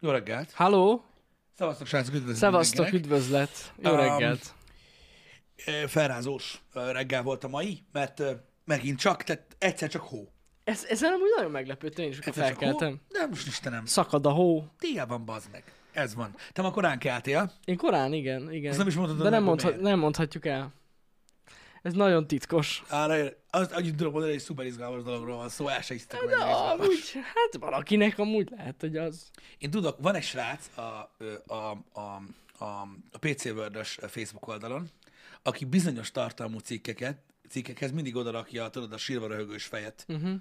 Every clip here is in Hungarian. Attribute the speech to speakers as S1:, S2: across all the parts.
S1: Jó reggelt!
S2: Halló!
S1: Szevasztok, srácok, üdvözlök
S2: Szevasztok,
S1: mindenkinek.
S2: üdvözlet! Jó
S1: Um,
S2: reggelt!
S1: Ö, Felrázós ö, reggel volt a mai, mert ö, megint csak, tehát egyszer csak hó.
S2: Ez, ezzel amúgy nagyon meglepődtem én is, amikor
S1: Egyszer csak hó.
S2: felkeltem.
S1: De most Istenem,
S2: Szakad a hó.
S1: tél van, bazd meg. Ez van. Te ma korán keltél,
S2: Én korán, igen, igen.
S1: Azt nem is mondhatod
S2: De nem,
S1: meg, hogy
S2: mondha- nem mondhatjuk el. Ez nagyon titkos.
S1: arra ér- azt annyit tudom mondani, hogy szuper izgalmas dologról van szó, el se hisztek meg.
S2: De
S1: hogy izgalmas.
S2: amúgy, hát valakinek amúgy lehet, hogy az.
S1: Én tudok, van egy srác a, ö, a, a, a, a PC world Facebook oldalon, aki bizonyos tartalmú cikkeket, cikkekhez mindig odarakja, tudod, a sírva röhögős fejet uh-huh.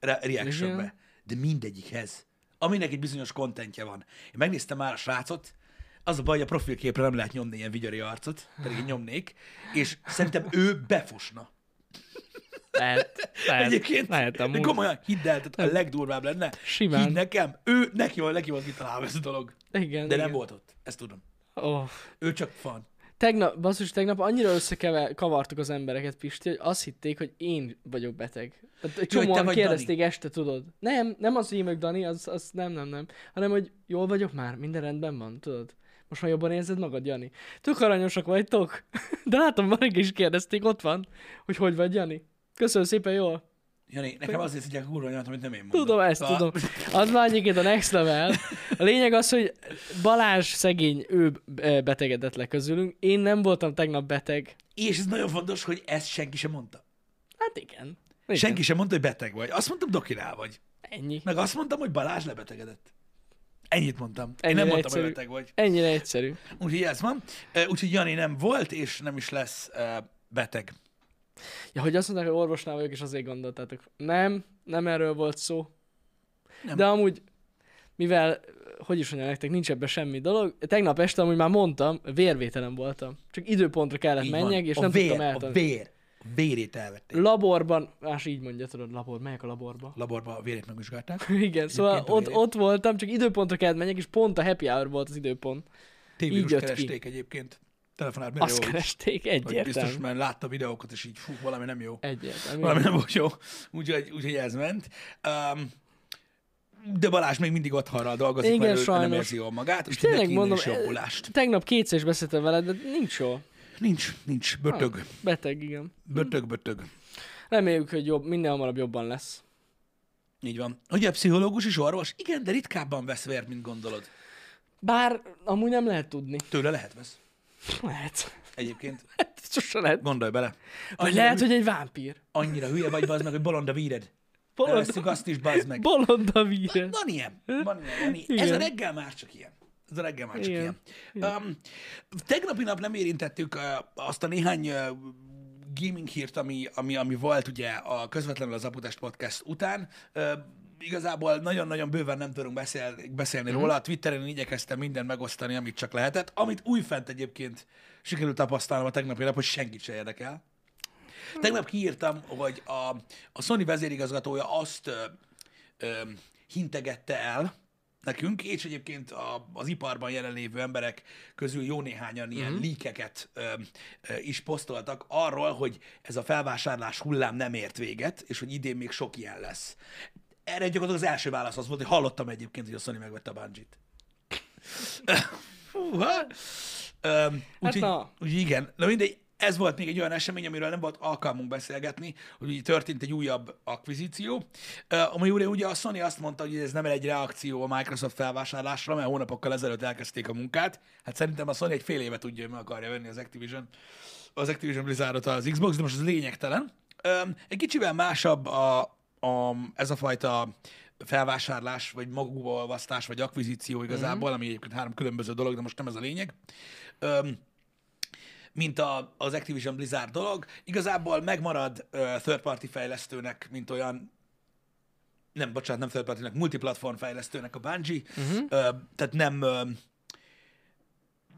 S1: reactionbe.
S2: Mhm. Igen.
S1: De mindegyikhez. Aminek egy bizonyos kontentje van. Én megnéztem már a srácot, az a baj, hogy a profilképre nem lehet nyomni ilyen vigyari arcot, pedig én nyomnék, és szerintem ő befosna.
S2: Lehet, lehet,
S1: Egyébként,
S2: lehet
S1: de
S2: amúgy.
S1: komolyan, hidd el, tehát a legdurvább lenne.
S2: Simán.
S1: Hidd nekem, ő, neki van, neki van kitalálva ez a dolog.
S2: Igen,
S1: De
S2: igen.
S1: nem volt ott, ezt tudom.
S2: Oh.
S1: Ő csak fan.
S2: Tegnap, basszus, tegnap annyira összekavartuk az embereket, Pisti, hogy azt hitték, hogy én vagyok beteg. Tehát egy
S1: te
S2: Csomóan
S1: vagy
S2: kérdezték este, tudod. Nem, nem az én vagyok, Dani, az, az nem, nem, nem. Hanem, hogy jól vagyok már, minden rendben van, tudod. Most már jobban érzed magad, Jani. Tök aranyosak vagytok. De látom, Marik is kérdezték, ott van, hogy hogy vagy, Jani. Köszönöm szépen, jól.
S1: Jani, nekem azért szidják a kurva anyát, amit nem én mondom.
S2: Tudom, ezt
S1: A-
S2: tudom. Az már egyébként a next level. A lényeg az, hogy Balázs szegény, ő eh, betegedett le közülünk. Én nem voltam tegnap beteg.
S1: És ez nagyon fontos, hogy ezt senki sem mondta.
S2: Hát igen. igen.
S1: Senki sem mondta, hogy beteg vagy. Azt mondtam, dokinál vagy.
S2: Ennyi.
S1: Meg azt mondtam, hogy Balázs lebetegedett. Ennyit mondtam. Ennyire én
S2: Ennyire
S1: nem mondtam,
S2: egyszerű.
S1: hogy beteg vagy.
S2: Ennyire egyszerű.
S1: Úgyhogy ez van. Ö, Úgyhogy Jani nem volt, és nem is lesz ö, beteg.
S2: Hát Ja, hogy azt mondták, hogy orvosnál vagyok, és azért gondoltátok. Nem, nem erről volt szó.
S1: Nem.
S2: Nem. De amúgy, mivel, hogy is mondjam nektek, nincs ebben semmi dolog. Tegnap este, amúgy már mondtam, vérvételen voltam. Csak időpontra kellett
S1: Így van.
S2: menjek, és
S1: a
S2: nem
S1: vér,
S2: tudtam
S1: A
S2: eltenni.
S1: vér. A vérét elvették.
S2: Laborban, más így mondja, tudod, labor, megyek a laborba.
S1: Laborban a vérét megvizsgálták.
S2: Igen, szóval
S1: a
S2: ott,
S1: vérét.
S2: ott voltam, csak időpontra kellett menjek, és pont a happy hour volt az időpont.
S1: Tévírus
S2: jött ki.
S1: keresték egyébként. Telefonált
S2: Azt
S1: Merjovics.
S2: keresték,
S1: Hogy Biztos,
S2: egyértelmű.
S1: mert látta videókat, és így, fú, valami nem jó.
S2: Egyértelmű.
S1: Valami nem volt jó. Úgyhogy, úgyhogy ez ment. Um, de Balázs még mindig ott harral dolgozik,
S2: Igen,
S1: mert ő nem
S2: sajnos.
S1: érzi jól magát, és
S2: Tényleg
S1: neki mondom,
S2: mondom,
S1: is jobbulást.
S2: tegnap kétszer is beszéltem veled, de nincs jó.
S1: Nincs, nincs. Bötög.
S2: Ah. Beteg, igen.
S1: Bötög, bötög.
S2: Reméljük, hogy jobb, minél hamarabb jobban lesz.
S1: Így van. Ugye pszichológus és orvos? Igen, de ritkábban vesz vért, mint gondolod.
S2: Bár amúgy nem lehet tudni.
S1: Tőle lehet vesz.
S2: Lehet.
S1: Egyébként.
S2: Sose lehet.
S1: Gondolj bele.
S2: Vagy
S1: Annyira,
S2: lehet,
S1: hü-
S2: hogy egy vámpír.
S1: annyira hülye vagy, bazd meg, hogy bolond a víred.
S2: Bolond-
S1: Bolond. azt is, bazd meg.
S2: Bolond a víre.
S1: Van ilyen. Van ilyen. Van ilyen.
S2: Igen.
S1: Ez a reggel már csak ilyen. Ez a reggel már csak
S2: Igen.
S1: ilyen. Um, tegnapi nap nem érintettük uh, azt a néhány uh, gaming hírt, ami, ami, ami volt ugye a közvetlenül az Aputest Podcast után. Uh, igazából nagyon-nagyon bőven nem tudunk beszél, beszélni
S2: Mhm.
S1: mm. róla. A Twitteren igyekeztem mindent megosztani, amit csak lehetett. Amit újfent egyébként sikerült tapasztalnom a tegnapi nap, hogy senkit se érdekel. Tegnap kiírtam, hogy a, a Sony vezérigazgatója azt uh, ö, ö, hintegette el nekünk, és egyébként a, az iparban jelenlévő emberek közül jó néhányan ilyen mm-hmm. líkeket ö, ö, is posztoltak arról, hogy ez a felvásárlás hullám nem ért véget, és hogy idén még sok ilyen lesz. Erre gyakorlatilag az első válasz az volt, hogy hallottam egyébként, hogy a Sony megvette a Bungie-t. Húha! Öm, úgyhogy,
S2: na.
S1: úgyhogy igen, na mindegy, ez volt még egy olyan esemény, amiről nem volt alkalmunk beszélgetni, hogy ugye történt egy újabb akvizíció, Ö, ami ugye, ugye a Sony azt mondta, hogy ez nem egy reakció a Microsoft felvásárlásra, mert hónapokkal ezelőtt elkezdték a munkát. Hát szerintem a Sony egy fél éve tudja, hogy meg akarja venni az Activision, az Activision Blizzardot az Xbox, de most ez lényegtelen. Öm, Egy kicsivel másabb a, a, ez a fajta felvásárlás, vagy magukbaolvasztás, vagy akvizíció igazából, ami egyébként három különböző dolog, de most nem ez a lényeg. Öm, mint a, az Activision Blizzard dolog. Igazából megmarad ö, third party fejlesztőnek, mint olyan, nem, bocsánat, nem third party-nek, multiplatform fejlesztőnek a Bungie, uh-huh. ö, tehát nem, ö,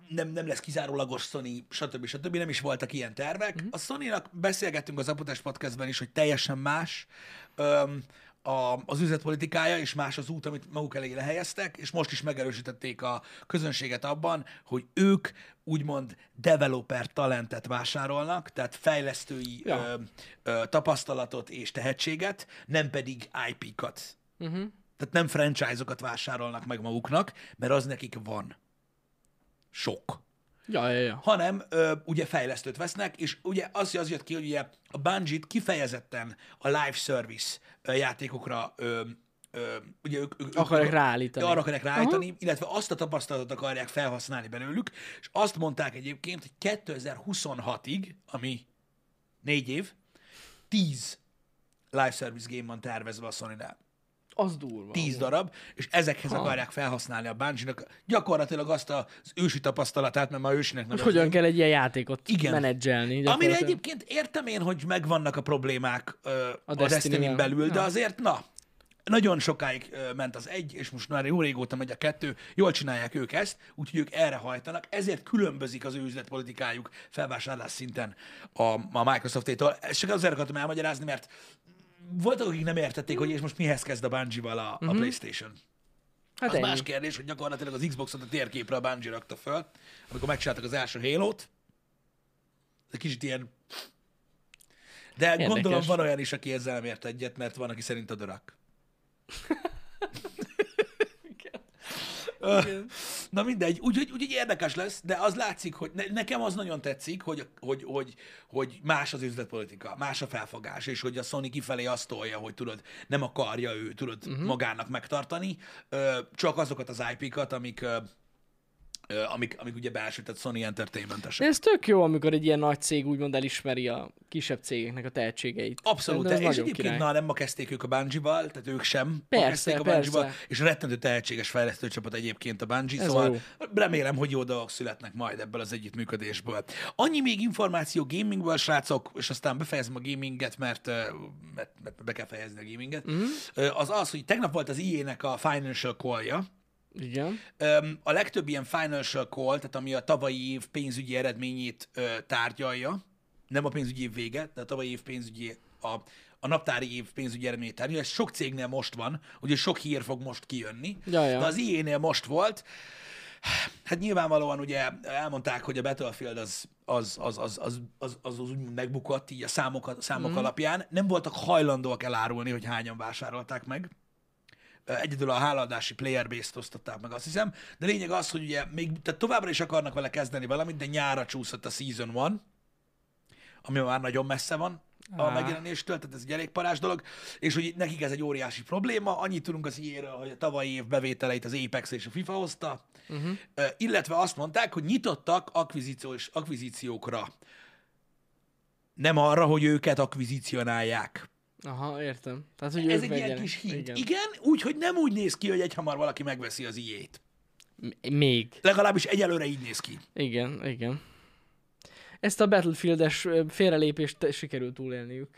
S1: nem, nem lesz kizárólagos Sony, stb. stb. Nem is voltak ilyen tervek. Uh-huh. A Sony-nak beszélgettünk az Apotás Podcastben is, hogy teljesen más ö, a, az üzletpolitikája, és más az út, amit maguk elé lehelyeztek, és most is megerősítették a közönséget abban, hogy ők úgymond developer talentet vásárolnak, tehát fejlesztői
S2: Ja. Mhm.
S1: ö, ö, tapasztalatot és tehetséget, nem pedig IP-kat. Tehát nem franchise-okat vásárolnak meg maguknak, mert az nekik van. Sok
S2: Ja, ja, ja.
S1: hanem ö, ugye fejlesztőt vesznek, és ugye az, az jött ki, hogy ugye a Bungie-t kifejezetten a live service ö, játékokra ö, ö, ugye ők, ők,
S2: Akarják
S1: ők,
S2: ráállítani.
S1: Arra akarják ráállítani, Aha. illetve azt a tapasztalatot akarják felhasználni belőlük, és azt mondták egyébként, hogy 2026-ig, ami négy év, 10 live service game van tervezve a Sony-nál.
S2: Az durva.
S1: 10 darab, és ezekhez ha. akarják felhasználni a bungie gyakorlatilag azt az ősi tapasztalatát, mert ma ősinek
S2: Hogy
S1: nevezik.
S2: hogyan kell egy ilyen játékot
S1: Igen.
S2: Igen. menedzselni.
S1: Amire
S2: gyakorlatilag.
S1: egyébként értem én, hogy megvannak a problémák ö, a, a
S2: Destiny-vel.
S1: destiny belül, de
S2: Ja.
S1: azért na, nagyon sokáig ö, ment az egy, és most már jó régóta megy a kettő, jól csinálják ők ezt, úgyhogy ők erre hajtanak, ezért különbözik az ő üzletpolitikájuk felvásárlás szinten a, a Microsoftétól. Ezt csak azért akartam elmagyarázni, mert voltak, akik nem értették, hogy és most mihez kezd a Bungie-val a,
S2: Mhm.
S1: a PlayStation.
S2: Hát
S1: az
S2: ennyi.
S1: más kérdés, hogy gyakorlatilag az Xboxot a térképre a Bungie rakta föl, amikor megcsináltak az első Halo-t. Ez egy kicsit ilyen... De Érdekes. gondolom van olyan is, aki ezzel nem ért egyet, mert van, aki szerint a dörak. Ö, Na mindegy, úgyhogy úgy, érdekes lesz, de az látszik, hogy ne, nekem az nagyon tetszik, hogy, hogy, hogy, hogy más az üzletpolitika, más a felfogás, és hogy a Sony kifelé azt tolja, hogy tudod, nem akarja ő, tudod, uh-huh. magának megtartani, ö, csak azokat az IP-kat, amik, ö, ö, amik, amik ugye belső, tehát Sony Entertainment-esek.
S2: De ez tök jó, amikor egy ilyen nagy cég úgymond elismeri a kisebb cégeknek a tehetségeit.
S1: Abszolút,
S2: Szerintem
S1: és
S2: ez nagyon
S1: egyébként
S2: király.
S1: na, nem ma kezdték ők a bungie tehát ők sem ma
S2: Persze,
S1: kezdték a
S2: persze.
S1: bungie és rettentő tehetséges fejlesztő csapat egyébként a Bungie,
S2: Ez
S1: szóval
S2: jó.
S1: remélem, hogy jó dolgok születnek majd ebből az együttműködésből. Annyi még információ gamingből, srácok, és aztán befejezem a gaminget, mert, ö, mert, mert be kell fejezni a gaminget,
S2: Mhm.
S1: mm. az az, hogy tegnap volt az IE-nek a financial call-ja,
S2: Igen.
S1: Öm, A legtöbb ilyen financial call, tehát ami a tavalyi év pénzügyi eredményét ö, tárgyalja, nem a pénzügyi év vége, de a tavalyi év pénzügyi, a, a naptári év pénzügyi eredményét tárgyalja, ez sok cégnél most van, ugye sok hír fog most kijönni,
S2: Ja, ja.
S1: de az ilyenél most volt. Hát nyilvánvalóan ugye elmondták, hogy a Battlefield az, az, az, az, az, az, az, az úgymond megbukott így a számok, számok
S2: Mhm.
S1: mm. alapján. Nem voltak hajlandóak elárulni, hogy hányan vásárolták meg. Egyedül a háladási player base-t osztották meg, azt hiszem. De lényeg az, hogy ugye még tehát továbbra is akarnak vele kezdeni valamit, de nyára csúszott a Season 1, ami már nagyon messze van a
S2: Á.
S1: megjelenéstől, tehát ez egy elég parás dolog, és hogy nekik ez egy óriási probléma. Annyit tudunk az ilyenről, hogy a tavalyi év bevételeit az Apex és a FIFA hozta, uh-huh. illetve azt mondták, hogy nyitottak akvizíciós, akvizíciókra. Nem arra, hogy őket akvizícionálják.
S2: Aha, értem. Tehát, hogy
S1: Ez
S2: ők
S1: egy ilyen
S2: vegyenek.
S1: kis hint. Igen,
S2: Igen.
S1: Igen úgyhogy nem úgy néz ki, hogy egyhamar valaki megveszi az ilyét.
S2: M- Még.
S1: Legalábbis egyelőre így néz ki.
S2: Igen, igen. Ezt a Battlefield-es ö, félrelépést te- sikerült túlélniük.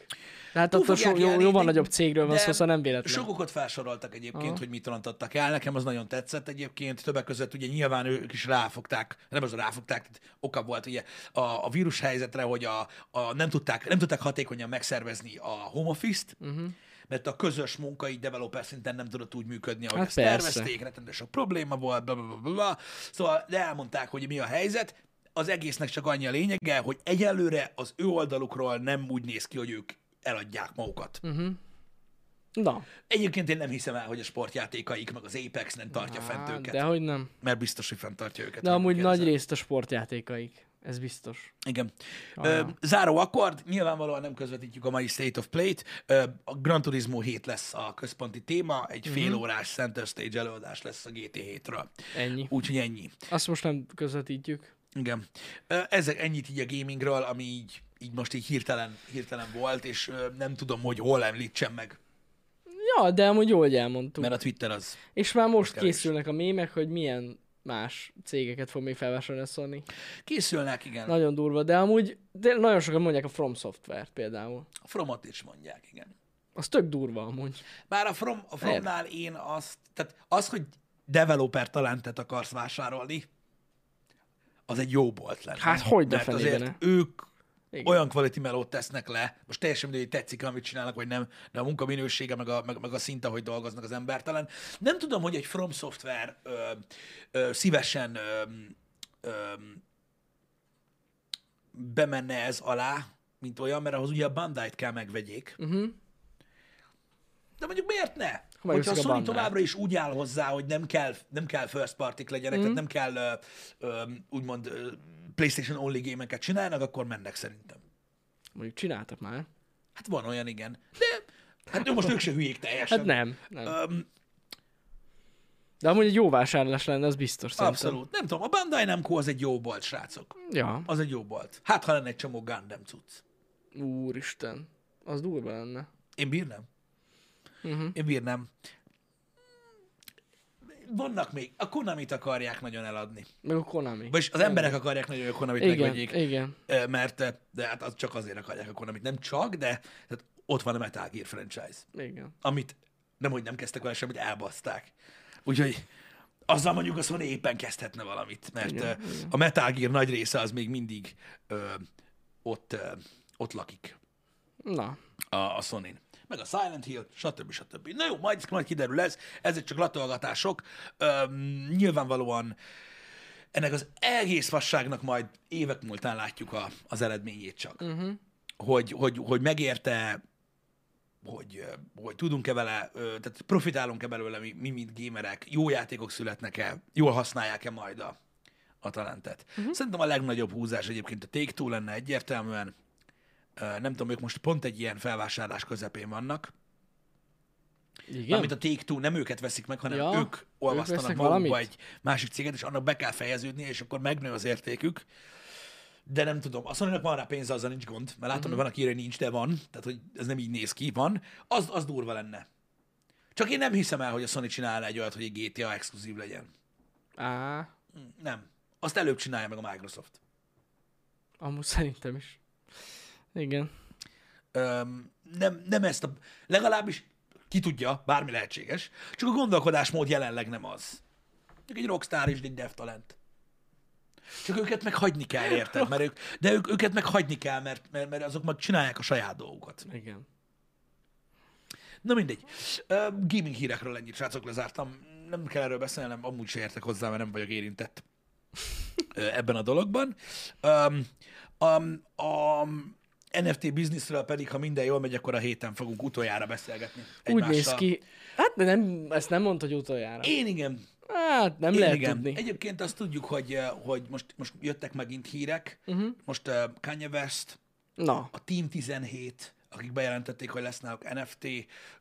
S2: Tehát
S1: Túl
S2: attól
S1: fogják
S2: so, jó,
S1: élni,
S2: jóval
S1: de-
S2: nagyobb cégről van
S1: de
S2: szó, szóval nem véletlen.
S1: Sok okot felsoroltak egyébként, Aha.
S2: Aha.
S1: hogy mit rontottak el. Nekem az nagyon tetszett egyébként. Többek között ugye nyilván ők is ráfogták, nem az hogy ráfogták, tehát oka volt ugye a, a vírus helyzetre, hogy a, a nem, tudták, nem tudták hatékonyan megszervezni a home office-t,
S2: Mhm.
S1: uh-huh. mert a közös munka így developer szinten nem tudott úgy működni, ahogy
S2: Hát
S1: ezt
S2: persze.
S1: tervezték, rettentő sok probléma volt, bla, bla, bla, bla, bla. Szóval de elmondták, hogy mi a helyzet, az egésznek csak annyi a lényege, hogy egyelőre az ő oldalukról nem úgy néz ki, hogy ők eladják magukat.
S2: Na,
S1: Egyébként én nem hiszem el, hogy a sportjátékaik, meg az Apex nem tartja fent
S2: Á,
S1: őket.
S2: de hogy nem.
S1: Mert biztos, hogy fenntartja őket.
S2: De
S1: ha
S2: amúgy
S1: megkérdezed.
S2: nagy részt a sportjátékaik. Ez biztos.
S1: Igen.
S2: Ah,
S1: Ö, záró akkord, nyilvánvalóan nem közvetítjük a mai State of Play-t. Ö, a Gran Turismo 7 lesz a központi téma, egy
S2: Mhm.
S1: fél órás Center Stage előadás lesz a GT 7-ről.
S2: Ennyi.
S1: Úgyhogy ennyi.
S2: Azt most nem közvetítjük.
S1: Igen. Ö, Ezek ennyit így a gamingről, ami így, így most így hirtelen, hirtelen volt, és ö, nem tudom, hogy hol említsem meg,
S2: Ja, de amúgy jól hogy elmondtuk.
S1: mert a Twitter az
S2: És már most
S1: kevés.
S2: készülnek a mémek, hogy milyen más cégeket fog még felvásárolni a Sony.
S1: készülnek, igen.
S2: Nagyon durva, de amúgy de nagyon sokan mondják a From Software-t például.
S1: A Fromot is mondják, igen.
S2: Az tök durva amúgy.
S1: Bár a, From, a Fromnál én azt, tehát az, hogy developer talentet akarsz vásárolni, az egy jó bolt lenne.
S2: Hát hogy de
S1: Mert
S2: fenébe
S1: azért
S2: ne.
S1: ők
S2: Igen.
S1: Igen. olyan quality melót tesznek le, most teljesen mindegy, hogy tetszik, amit csinálnak, vagy nem, de a munka minősége, meg a, meg, meg a szint, ahogy dolgoznak az embertelen. Nem tudom, hogy egy From Software ö, ö, szívesen ö, ö, bemenne ez alá,
S2: Mhm.
S1: mint olyan, mert ahhoz ugye a bandai kell megvegyék. Uh-huh. De mondjuk miért ne?
S2: Akkor
S1: hogyha a
S2: megveszik a
S1: Sony
S2: bandát.
S1: továbbra is úgy áll hozzá, hogy nem kell, nem kell first partik legyenek,
S2: Mhm.
S1: tehát nem kell ö, ö, úgymond ö, PlayStation only gémeket csinálnak, akkor mennek szerintem.
S2: Mondjuk csináltak már.
S1: Hát van olyan, igen. De hát jó, most ők se hülyék teljesen.
S2: Hát nem, nem.
S1: Öm,
S2: De amúgy egy jó vásárlás lenne, az biztos szerintem.
S1: abszolút. Nem tudom, a Bandai Namco az egy jó bolt, srácok.
S2: Ja.
S1: Az egy jó bolt. Hát, ha lenne egy csomó Gundam cucc.
S2: Úristen. Az durva lenne.
S1: Én bírnám. Uh-huh. Én bírnám. Vannak még, a Konamit akarják nagyon eladni.
S2: Meg a Konami.
S1: Vagyis az emberek akarják nagyon, hogy a Konamit
S2: igen,
S1: megvegyék.
S2: igen.
S1: Ö, mert ö, de hát az csak azért akarják a Konamit, nem csak, de tehát ott van a Metal Gear franchise,
S2: Igen.
S1: amit nem, hogy nem kezdtek vele semmit, elbaszták. Úgyhogy azzal mondjuk a Sony éppen kezdhetne valamit, mert igen, ö, a Metal Gear nagy része az még mindig ö, ott, ö, ott lakik
S2: Na.
S1: a, a Sony-n. Meg a Silent Hill, stb. stb. Na jó, majd, majd kiderül ez, ezek csak latolgatások. Öm, nyilvánvalóan ennek az egész fasságnak majd évek múltán látjuk a, az eredményét csak. Uh-huh. Hogy, hogy, hogy megérte, hogy, ö, hogy tudunk-e vele, ö, tehát profitálunk-e belőle mi, mi mint gémerek, jó játékok születnek-e, jól használják-e majd a, a talentet. Uh-huh. Szerintem a legnagyobb húzás egyébként a Take-Two lenne egyértelműen, Ö, nem tudom, ők most pont egy ilyen felvásárlás közepén vannak,
S2: Igen?
S1: Igen? amit a Take-Two nem őket veszik meg, hanem
S2: Ja,
S1: ja, ők olvasztanak
S2: vesznek
S1: magukba
S2: valamit?
S1: egy másik céget, és annak be kell fejeződni, és akkor megnő az értékük. De nem tudom, a sony van rá pénze, azzal nincs gond, mert
S2: Mhm.
S1: látom, hogy van, aki írja, hogy nincs, de van, tehát hogy ez nem így néz ki, van, az, az durva lenne. Csak én nem hiszem el, hogy a Sony csinálna egy olyat, hogy egy GTA exkluzív legyen.
S2: Á,
S1: Nem. Azt előbb csinálja meg a Microsoft.
S2: amúgy szerintem is. Igen.
S1: Öm, nem, nem ezt a... Legalábbis ki tudja, bármi lehetséges, csak a gondolkodásmód jelenleg nem az. Csak egy rockstar és egy devtalent. Csak őket meg hagyni kell, érted? Mert ők, de ők, őket meg hagyni kell, mert, mert, mert azok meg csinálják a saját dolgukat.
S2: Igen.
S1: Na mindegy. Ö, gaming hírekről ennyit, srácok, lezártam. Nem kell erről beszélnem, amúgy se értek hozzá, mert nem vagyok érintett ö, ebben a dologban. Um, um, a NFT bizniszről pedig, ha minden jól megy, akkor a héten fogunk utoljára beszélgetni.
S2: Úgy
S1: egymással.
S2: néz ki. Hát de nem, ezt nem mondta, hogy utoljára.
S1: Én igen.
S2: Hát nem
S1: Én
S2: lehet
S1: igen.
S2: tudni.
S1: Egyébként azt tudjuk, hogy, ö, hogy most, most jöttek megint hírek.
S2: Mhm.
S1: Uh-huh. Most uh, Kanye West,
S2: Na,
S1: a Team 17, akik bejelentették, hogy lesz náluk NFT,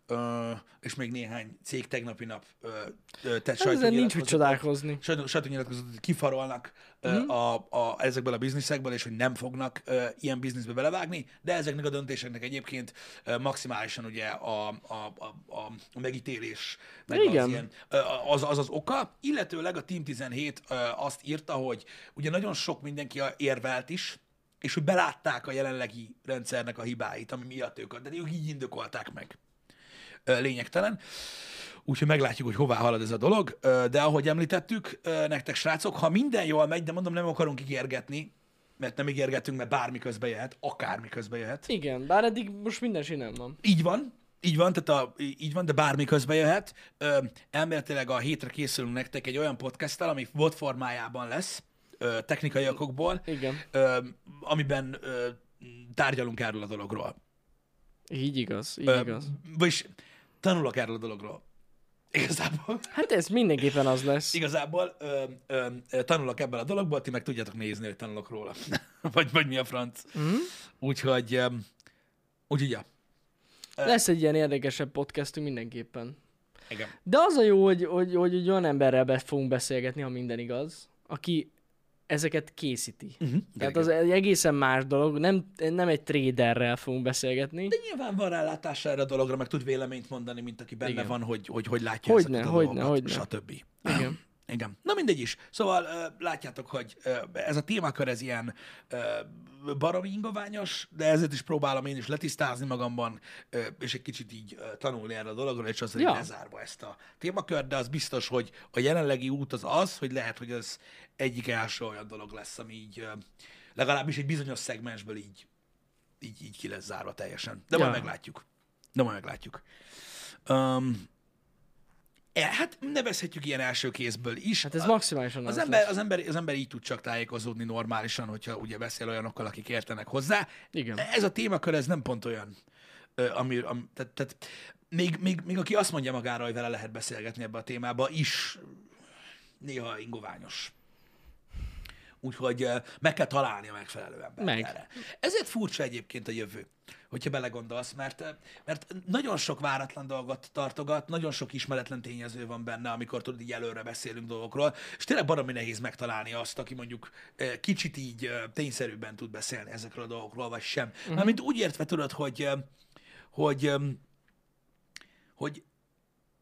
S1: ö, és még néhány cég tegnapi nap ö, ö, tett
S2: Hát ezen nincs
S1: sajtónyilatkozatot,
S2: mit csodálkozni.
S1: sajtó- sajtónyilatkozatot, hogy kifarolnak ö, a, a, ezekből a bizniszekből, és hogy nem fognak ö, ilyen bizniszbe belevágni, de ezeknek a döntéseknek egyébként ö, maximálisan ugye a, a, a, a- a megítélés, meg
S2: Igen.
S1: az ilyen ö, az, az az oka, illetőleg a Team 17 ö, azt írta, hogy ugye nagyon sok mindenki a- érvelt is, és hogy belátták a jelenlegi rendszernek a hibáit, ami miatt ők, de ők így indokolták meg. Ö, Lényegtelen. Úgyhogy meglátjuk, hogy hová halad ez a dolog. Ö, De ahogy említettük, ö, nektek srácok, ha minden jól megy, de mondom, nem akarunk ígérgetni, mert nem ígérgetünk, mert bármi közbe jöhet, akármi közbe jöhet.
S2: Igen, bár eddig most minden sinem van.
S1: Így van, így van, tehát a, így van, de bármi közbe jöhet. Ö, elméletileg a hétre készülünk nektek egy olyan podcasttel, ami bot formájában lesz, ö, technikai okokból,
S2: Igen.
S1: ö, amiben ö, tárgyalunk erről a dologról.
S2: Így igaz, így
S1: Ö,
S2: igaz.
S1: Vagyis tanulok erről a dologról. Igazából.
S2: Hát ez mindenképpen az lesz.
S1: Igazából ö, ö, ö, tanulok ebből a dologból, ti meg tudjátok nézni, hogy tanulok róla. vagy, vagy mi a franc. Mm. Úgyhogy, ö, úgyhogy ja.
S2: Lesz egy ilyen érdekesebb podcastünk mindenképpen.
S1: Igen.
S2: De az a jó, hogy, hogy, hogy egy olyan emberrel be fogunk beszélgetni, ha minden igaz, aki ezeket készíti.
S1: Mhm,
S2: Uh-huh, Tehát az egy egészen más dolog, nem, nem egy traderrel fogunk beszélgetni.
S1: De nyilván van rálátása erre a dologra, meg tud véleményt mondani, mint aki benne
S2: Igen.
S1: Igen. van, hogy hogy, hogy látja
S2: Hogyne,
S1: ezeket a
S2: hogyne,
S1: dolgokat,
S2: hogyne.
S1: stb.
S2: Igen.
S1: Igen. Na mindegy is. Szóval ö, látjátok, hogy ö, ez a témakör ez ilyen ö, baromi ingoványos, de ezért is próbálom én is letisztázni magamban, ö, és egy kicsit így ö, tanulni erre a dologra, és azért
S2: Ja.
S1: ja. lezárva ezt a témakört, de az biztos, hogy a jelenlegi út az az, hogy lehet, hogy ez egyik első olyan dolog lesz, ami így ö, legalábbis egy bizonyos szegmensből így így, így ki lesz zárva teljesen. De majd
S2: Ja.
S1: meglátjuk. De majd meglátjuk. Um, e, hát nevezhetjük ilyen első kézből is.
S2: Hát ez
S1: A-
S2: maximálisan
S1: az
S2: az
S1: ember,
S2: lesz.
S1: az, ember, az ember így tud csak tájékozódni normálisan, hogyha ugye beszél olyanokkal, akik értenek hozzá.
S2: Igen.
S1: Ez a témakör, ez nem pont olyan ö, ami, am, tehát, tehát még, még, még aki azt mondja magára, hogy vele lehet beszélgetni ebbe a témába, is néha ingoványos. Úgyhogy ö, meg kell találni a megfelelő embert
S2: Meg.
S1: erre. Ezért furcsa egyébként a jövő, hogyha belegondolsz, mert, ö, mert nagyon sok váratlan dolgot tartogat, nagyon sok ismeretlen tényező van benne, amikor tudod, így előre beszélünk dolgokról, és tényleg baromi nehéz megtalálni azt, aki mondjuk ö, kicsit így ö, tényszerűbben tud beszélni ezekről a dolgokról, vagy sem. Mármint úgy értve tudod, hogy, ö, hogy, ö, hogy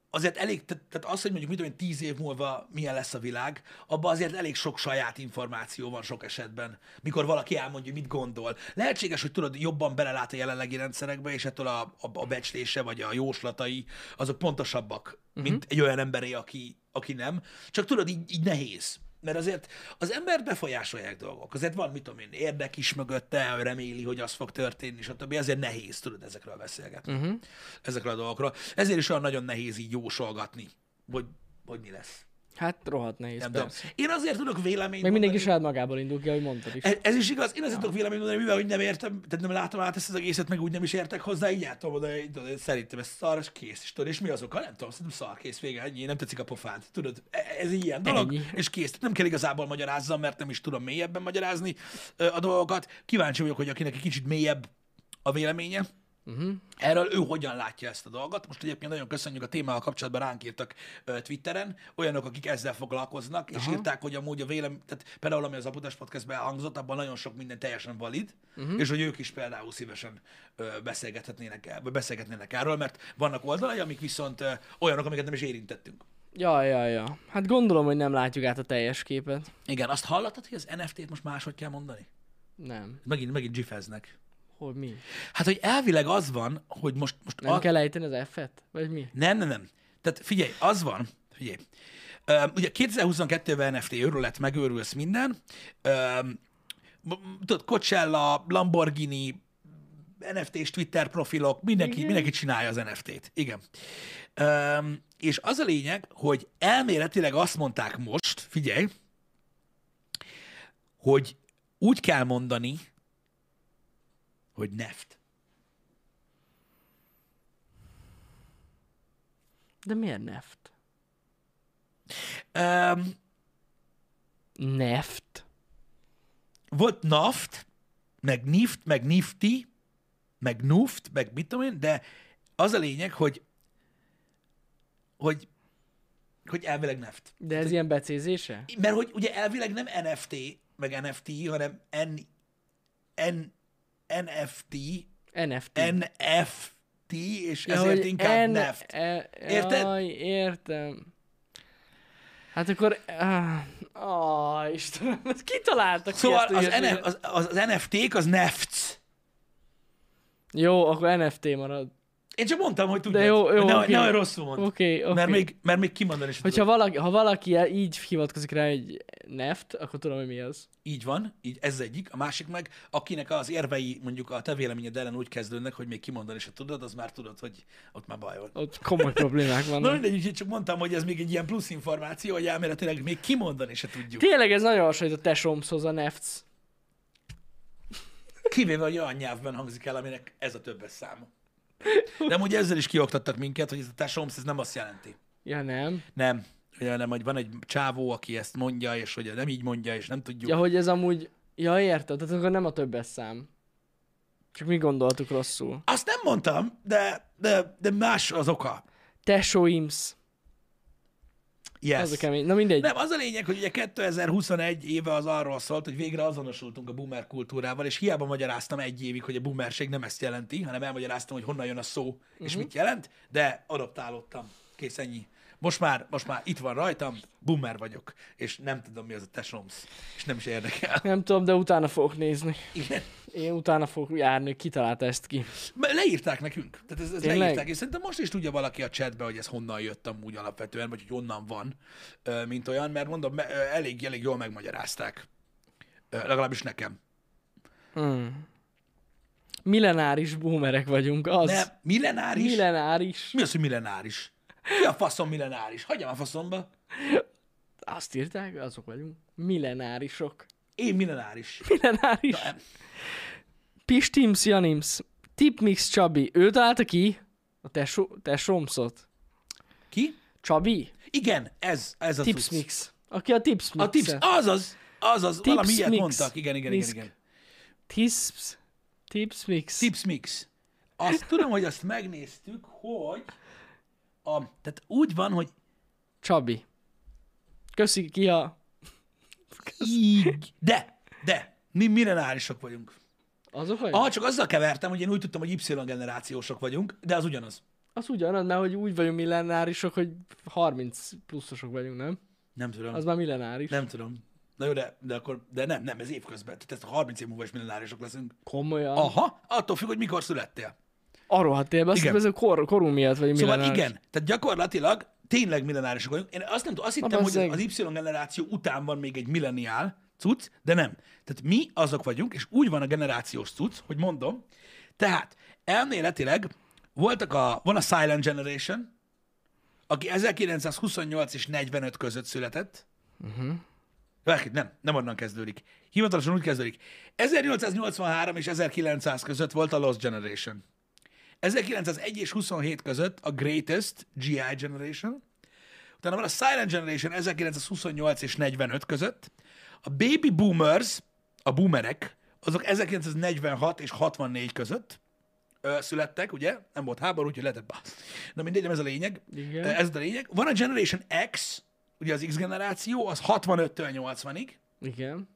S1: azért elég, teh- tehát az, hogy mondjuk mit tudom én, tíz év múlva milyen lesz a világ, abban azért elég sok saját információ van sok esetben, mikor valaki elmondja, hogy mit gondol. Lehetséges, hogy tudod, jobban belelát a jelenlegi rendszerekbe, és ettől a, a, a becslése vagy a jóslatai, azok pontosabbak, uh-huh. mint egy olyan emberé, aki, aki nem. Csak tudod, így, így nehéz. Mert azért az ember befolyásolják dolgok. Azért van, mit tudom én, érdek is mögötte, ő reméli, hogy az fog történni, stb. Ezért nehéz, tudod, ezekről beszélgetni. Uh-huh. Ezekről a dolgokról. Ezért is olyan nagyon nehéz így jósolgatni, hogy, hogy mi lesz.
S2: Hát rohadt nehéz,
S1: Nem tudom.
S2: persze.
S1: Én azért tudok véleményt
S2: Meg
S1: mondani.
S2: mindenki saját magából indul ki, ahogy mondtad is.
S1: Ez, ez is igaz, én azért tudok véleményt mondani, mivel hogy nem értem, tehát nem látom át ezt az egészet, meg úgy nem is értek hozzá, így el tudom mondani, hogy tudod, szerintem ez szar, és kész, és tudod, és mi azok, nem tudom, szerintem szar, kész, vége, ennyi, nem tetszik a pofád, tudod, e- ez ilyen dolog,
S2: Ennyi.
S1: és kész, Tehát nem kell igazából magyarázzam, mert nem is tudom mélyebben magyarázni ö, a dolgokat. Kíváncsi vagyok, hogy akinek egy kicsit mélyebb a véleménye,
S2: Uh-huh.
S1: Erről ő hogyan látja ezt a dolgot? Most egyébként nagyon köszönjük a témával kapcsolatban ránk írtak ö, Twitteren, olyanok, akik ezzel foglalkoznak, és írták, hogy amúgy a vélem, tehát például ami az Aputás Podcastben elhangzott, abban nagyon sok minden teljesen valid, uh-huh. és hogy ők is például szívesen ö, beszélgethetnének, el- vagy beszélgetnének erről, mert vannak oldalai, amik viszont ö, olyanok, amiket nem is érintettünk.
S2: Ja, ja, ja. Hát gondolom, hogy nem látjuk át a teljes képet.
S1: Igen, azt hallottad, hogy az NFT-t most máshogy kell mondani?
S2: Nem.
S1: Megint, megint gifeznek.
S2: Hol mi?
S1: Hát, hogy elvileg az van, hogy most, most
S2: Nem
S1: a-
S2: kell ejteni az F-et? Vagy mi?
S1: Nem, nem, nem. Tehát figyelj, az van, figyelj. Öm, ugye 2022-ben NFT őrület, megőrülsz minden. Öm, m- m- tudod, Coachella, Lamborghini, NFT-s Twitter profilok, mindenki,
S2: Igen.
S1: mindenki csinálja az NFT-t. Igen. Öm, és az a lényeg, hogy elméletileg azt mondták most, figyelj, hogy úgy kell mondani, hogy neft.
S2: De miért neft?
S1: Öm,
S2: Neft?
S1: volt NAFT, meg NIFT, meg NIFTI, meg NUFT, meg mit tudom én, de az a lényeg, hogy hogy, hogy elvileg NEFT.
S2: De ez ilyen becézése?
S1: Mert hogy ugye elvileg nem NFT, meg NFT, hanem N, N, NFT,
S2: NFT.
S1: NFT, és
S2: Ja,
S1: ezért
S2: hogy
S1: inkább
S2: N-
S1: NEFT.
S2: E,
S1: Érted?
S2: Érted? Jaj, értem. Hát akkor... Ah, ah, Istenem, ezt kitaláltak ki
S1: Szóval
S2: ezt a
S1: az,
S2: hülyeséget.
S1: NF, az, az, az NFT-k az NEFTs.
S2: Jó, akkor NFT marad.
S1: Én csak mondtam, hogy tudjad.
S2: jó, jó,
S1: hogy nehogy,
S2: oké.
S1: nehogy rosszul mond.
S2: Oké, oké.
S1: Mert, még, mert még kimondani is
S2: Hogyha valaki, ha valaki el- így hivatkozik rá egy neft, akkor tudom, hogy mi az.
S1: Így van, így ez egyik. A másik meg, akinek az érvei mondjuk a te véleményed ellen úgy kezdődnek, hogy még kimondani se tudod, az már tudod, hogy ott már baj van.
S2: Ott komoly problémák
S1: Na
S2: vannak.
S1: mindegy, úgyhogy csak mondtam, hogy ez még egy ilyen plusz információ, hogy elméletileg még kimondani se tudjuk.
S2: Tényleg ez nagyon hasonlít a tesómszhoz a nefts.
S1: Kivéve, hogy olyan nyelvben hangzik el, aminek ez a többes száma. De amúgy ezzel is kioktattak minket, hogy ez a tesómsz, ez nem azt jelenti.
S2: Ja nem.
S1: Nem. Nem, hogy van egy csávó, aki ezt mondja, és hogy nem így mondja, és nem tudjuk.
S2: Ja, hogy ez amúgy... Ja, érted, tehát akkor nem a többes szám. Csak mi gondoltuk rosszul.
S1: Azt nem mondtam, de, de, de más az oka.
S2: Tesóimsz.
S1: Yes.
S2: Az a kemény. Na mindegy.
S1: Nem, az a lényeg, hogy ugye 2021 éve az arról szólt, hogy végre azonosultunk a boomer kultúrával, és hiába magyaráztam egy évig, hogy a boomerség nem ezt jelenti, hanem elmagyaráztam, hogy honnan jön a szó, és mit jelent, de adaptálódtam. Kész ennyi. Most már, most már itt van rajtam, boomer vagyok, és nem tudom, mi az a tesomsz, és nem is érdekel.
S2: Nem tudom, de utána fogok nézni.
S1: Igen.
S2: Én utána fogok járni, hogy kitalálta ezt ki.
S1: Mert Leírták nekünk. Tehát ez, ez
S2: Tényleg?
S1: leírták, és szerintem most is tudja valaki a chatbe, hogy ez honnan jött amúgy alapvetően, vagy hogy onnan van, ö, mint olyan, mert mondom, me- ö, elég, elég jól megmagyarázták. Ö, Legalábbis nekem.
S2: Hmm. Millenáris boomerek vagyunk, az.
S1: Nem, millenáris? Millen...
S2: Millenáris.
S1: Mi az, hogy millenáris? Mi a faszom millenáris? Hagyjam a faszomba.
S2: Azt írták, azok vagyunk. Millenárisok.
S1: Én millenáris.
S2: Millenáris.
S1: Na, em.
S2: Pistimsz, Janimsz. Tipmix Csabi, ő találta ki a tesó, tesómszot.
S1: Ki?
S2: Csabi?
S1: Igen, ez, ez a
S2: Tips
S1: cucc.
S2: Mix. Aki a Tips Mix.
S1: A tips, azaz, azaz, tips valami ilyet
S2: mix.
S1: mondtak. Igen, igen,
S2: Mix.
S1: igen, igen.
S2: Tips, tips Mix.
S1: Tips mix. Azt tudom, hogy azt megnéztük, hogy a, tehát úgy van, hogy
S2: Csabi. Köszi ki a...
S1: így, de, de, mi millenárisok vagyunk.
S2: Azok vagy?
S1: Ah, csak azzal kevertem, hogy én úgy tudtam, hogy Y-generációsok vagyunk, de az ugyanaz.
S2: Az ugyanaz, mert hogy úgy vagyunk millenárisok, hogy 30 pluszosok vagyunk, nem?
S1: Nem tudom.
S2: Az már millenáris.
S1: Nem tudom. Na jó, de, de akkor, de nem, nem, ez évközben. Tehát ezt 30 év múlva is millenárisok leszünk.
S2: Komolyan. A,
S1: Aha, attól függ, hogy mikor születtél.
S2: Arról hát télbe, azt
S1: Igen.
S2: hiszem, ez a kor, korunk miatt vagy
S1: Szóval
S2: millenáris.
S1: igen, tehát gyakorlatilag tényleg millenárisok vagyunk. Én azt nem tudom, azt hittem, hogy
S2: bazzeg.
S1: az Y generáció után van még egy milleniál cucc, de nem. Tehát mi azok vagyunk, és úgy van a generációs cucc, hogy mondom. Tehát elméletileg voltak a, van a Silent Generation, aki 1928 és 45 között született. Uh-huh. Nem, nem onnan kezdődik. Hivatalosan úgy kezdődik. 1883 és 1900 között volt a Lost Generation. 1901 és 27 között a Greatest GI Generation, utána van a Silent Generation 1928 és 45 között, a Baby Boomers, a boomerek, azok 1946 és 64 között ö, születtek, ugye? Nem volt háború, úgyhogy lehetett bá. Na mindegy, nem ez a lényeg.
S2: Igen.
S1: Ö, Ez a lényeg. Van a Generation X, ugye az X generáció, az 65-től 80-ig,
S2: Igen.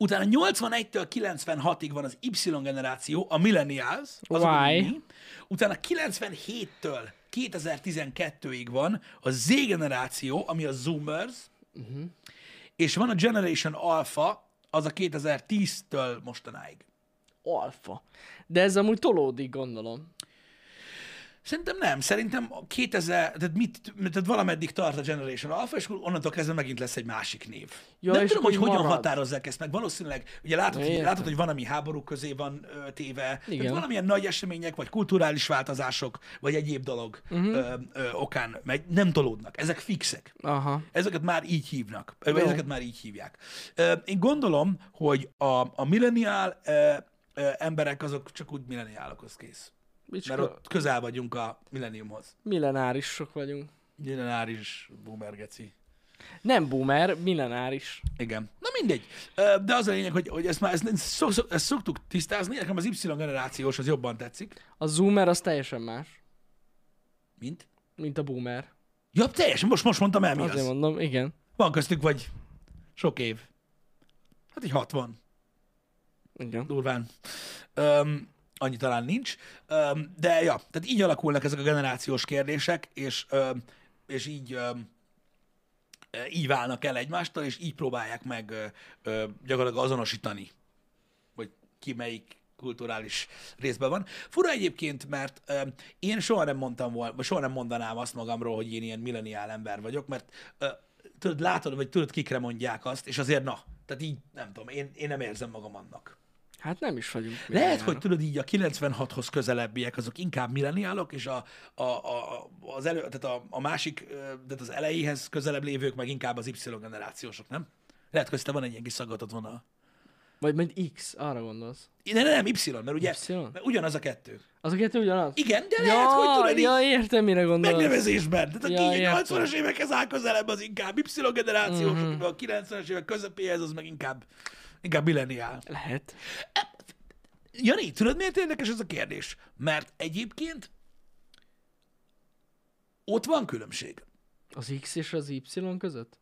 S1: Utána 81-től 96-ig van az Y generáció, a millennials, azok
S2: Why?
S1: vagyunk mi. Utána 97-től 2012-ig van a Z generáció, ami a Zoomers, uh-huh. és van a Generation Alpha, az a 2010-től mostanáig.
S2: Alfa. De ez amúgy tolódik, gondolom.
S1: Szerintem nem, szerintem a 2000, tehát, mit, tehát valameddig tart a Generation Alpha, és akkor onnantól kezdve megint lesz egy másik név.
S2: Ja,
S1: nem
S2: és
S1: tudom,
S2: akkor
S1: hogy hogyan
S2: marad.
S1: határozzák ezt meg. Valószínűleg, ugye látod, hogy,
S2: Értem.
S1: látod, hogy van, ami háború közé van ö, téve, tehát
S2: Igen.
S1: valamilyen nagy események, vagy kulturális változások, vagy egyéb dolog
S2: Mhm.
S1: uh-huh. ö, ö, okán megy, nem tolódnak. Ezek fixek.
S2: Aha.
S1: Ezeket már így hívnak. Ö, vagy Ezeket már így hívják. Ö, Én gondolom, hogy a, a milleniál ö, ö, emberek azok csak úgy milleniálok, az kész. Mert
S2: Micska,
S1: ott közel vagyunk a milleniumhoz.
S2: millenárisok vagyunk.
S1: Millenáris boomer geci.
S2: Nem boomer, millenáris.
S1: Igen. Na mindegy. Ö, De az a lényeg, hogy, hogy ezt már ezt, szok, szok, ezt szoktuk tisztázni, nekem az Y generációs az jobban tetszik,
S2: A zoomer az teljesen más,
S1: mint.
S2: mint a boomer.
S1: Ja, teljesen, most, most mondtam el, mi
S2: Azért
S1: az.
S2: mondom, igen.
S1: Van köztük vagy sok év. Hát így 60,
S2: Igen.
S1: durván. Öm, annyi talán nincs. Öm, de ja, tehát így alakulnak ezek a generációs kérdések, és, öm, és így öm, e, így válnak el egymástól, és így próbálják meg ö, ö, gyakorlatilag azonosítani, hogy ki melyik kulturális részben van. Fura egyébként, mert ö, én soha nem mondtam volna, vagy soha nem mondanám azt magamról, hogy én ilyen milleniál ember vagyok, mert ö, tudod, látod, vagy tudod, kikre mondják azt, és azért na, tehát így nem tudom, én, én nem érzem magam annak.
S2: Hát nem is vagyunk
S1: Lehet,
S2: milleniárok.
S1: hogy tudod így a 96-hoz közelebbiek, azok inkább milleniálok, és a, a, a, az elő, tehát a, a másik, ö, tehát az elejéhez közelebb lévők meg inkább az Y generációsok, nem? Lehet, közte van egy ilyen kis szaggatott vonal.
S2: Vagy majd X, arra gondolsz.
S1: Ne, nem, Y, mert ugye
S2: Y?
S1: mert ugyanaz a kettő.
S2: Az a kettő ugyanaz?
S1: Igen, de lehet, hogy tudod így
S2: ja, értem, mire gondolsz.
S1: megnevezésben. Tehát
S2: Ja,
S1: aki így a
S2: értem. Mhm.
S1: 80-as évekhez áll közelebb, az inkább Y generációs, mm-hmm. a 90-es évek közepéhez, az meg inkább, inkább milleniál.
S2: Lehet.
S1: Jani, tudod, miért érdekes ez a kérdés? Mert egyébként ott van különbség.
S2: Az X és az Y között?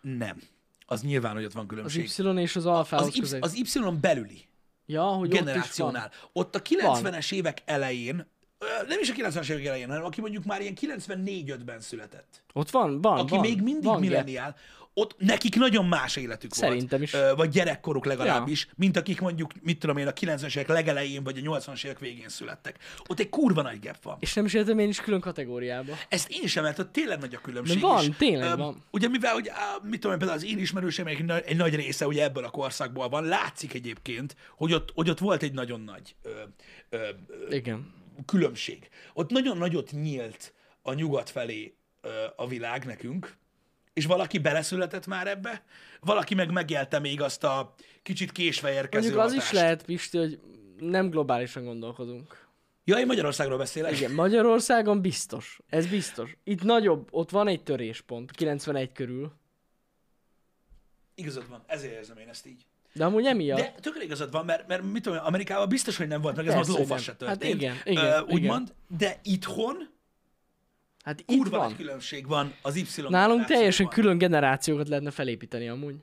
S1: Nem. Az nyilván, hogy ott van
S2: Az
S1: különbség.
S2: Y és az alfához
S1: Az y,
S2: között.
S1: az y belüli
S2: Ja, hogy
S1: generációnál.
S2: Ott
S1: Ott a 90-es évek elején, ö, nem is a 90-es évek elején, hanem aki mondjuk már ilyen 94-5-ben született,
S2: is van. Ott van, van,
S1: aki
S2: van,
S1: még mindig
S2: van,
S1: milleniál, ott nekik nagyon más életük
S2: Szerintem
S1: volt.
S2: is.
S1: ö, Vagy gyerekkoruk legalábbis, ja. mint akik mondjuk, mit tudom én, a 90-es évek legelején, vagy a 80-as évek végén születtek. Ott egy kurva nagy gap van.
S2: És nem is értem én is külön kategóriába.
S1: Ezt én sem, mert ott tényleg nagy a különbség.
S2: De van,
S1: is.
S2: tényleg
S1: Öm,
S2: van.
S1: Ugye mivel, hogy á, mit tudom én, például az én ismerőseimnek egy nagy- egy nagy része ugye ebből a korszakból van, látszik egyébként, hogy ott, hogy ott volt egy nagyon nagy ö, ö, ö,
S2: Igen.
S1: különbség. Ott nagyon nagyot nyílt a nyugat felé ö, a világ nekünk, és valaki beleszületett már ebbe, valaki meg megélte még azt a kicsit késve érkező
S2: Mondjuk az is
S1: hatást.
S2: lehet, Pisti, hogy nem globálisan gondolkodunk.
S1: Ja, én Magyarországról beszélek.
S2: Igen, Magyarországon biztos. Ez biztos. Itt nagyobb, ott van egy töréspont, 91 körül.
S1: Igazad van, ezért érzem én ezt így.
S2: De amúgy emiatt.
S1: De tökre igazad van, mert, mert mit tudom, én, Amerikában biztos, hogy nem volt meg, ez
S2: Persze,
S1: az
S2: hogy
S1: lófasz se
S2: nem.
S1: történt.
S2: Hát igen, igen,
S1: Ö, úgymond,
S2: igen.
S1: de itthon
S2: Hát itt
S1: kurva nagy
S2: van.
S1: különbség van az Y
S2: Nálunk
S1: generációban.
S2: teljesen külön generációkat lehetne felépíteni amúgy.
S1: Na,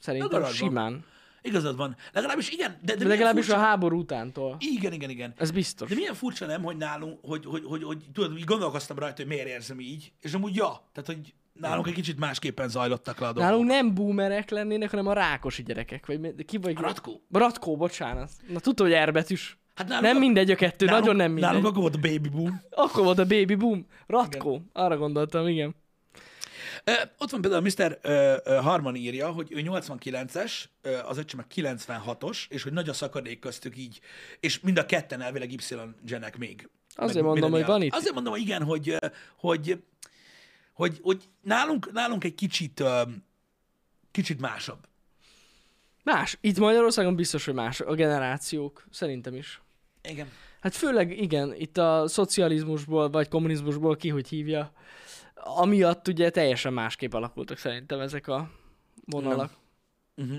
S2: Szerintem
S1: garázsban.
S2: simán.
S1: Igazad van. Legalábbis igen, de, de
S2: De
S1: milyen
S2: legalábbis
S1: furcsa...
S2: a háború utántól.
S1: Igen, igen, igen.
S2: Ez biztos.
S1: De milyen furcsa nem, hogy nálunk, hogy, hogy, hogy, hogy tudod, így gondolkoztam rajta, hogy miért érzem így, és amúgy ja, tehát, hogy nálunk egy kicsit másképpen zajlottak le a dolgok.
S2: Nálunk nem boomerek lennének, hanem a rákosi gyerekek. Vagy mi- ki vagy?
S1: Ratkó.
S2: Ratkó, bocsánat. Na tudod, hogy erbetűs.
S1: Hát nálunk
S2: nem
S1: a-
S2: mindegy a kettő,
S1: nálunk,
S2: nagyon nem mindegy.
S1: Nálunk akkor volt a baby boom.
S2: Akkor volt a baby boom. Ratkó. Arra gondoltam, igen.
S1: Ö, ott van például Mr. Ö, ö, Harman írja, hogy ő 89-es, ö, az öccse meg 96-os, és hogy nagy a szakadék köztük így, és mind a ketten elvileg Y genek még.
S2: Azért mondom, hogy van itt.
S1: Azért mondom, hogy igen, hogy, ö, hogy, hogy, hogy nálunk, nálunk egy kicsit, ö, kicsit másabb.
S2: Más. Itt Magyarországon biztos, hogy más a generációk. Szerintem is.
S1: Igen.
S2: Hát főleg igen, itt a szocializmusból vagy kommunizmusból ki hogy hívja, amiatt ugye teljesen másképp alakultak szerintem ezek a vonalak.
S1: Uh-huh.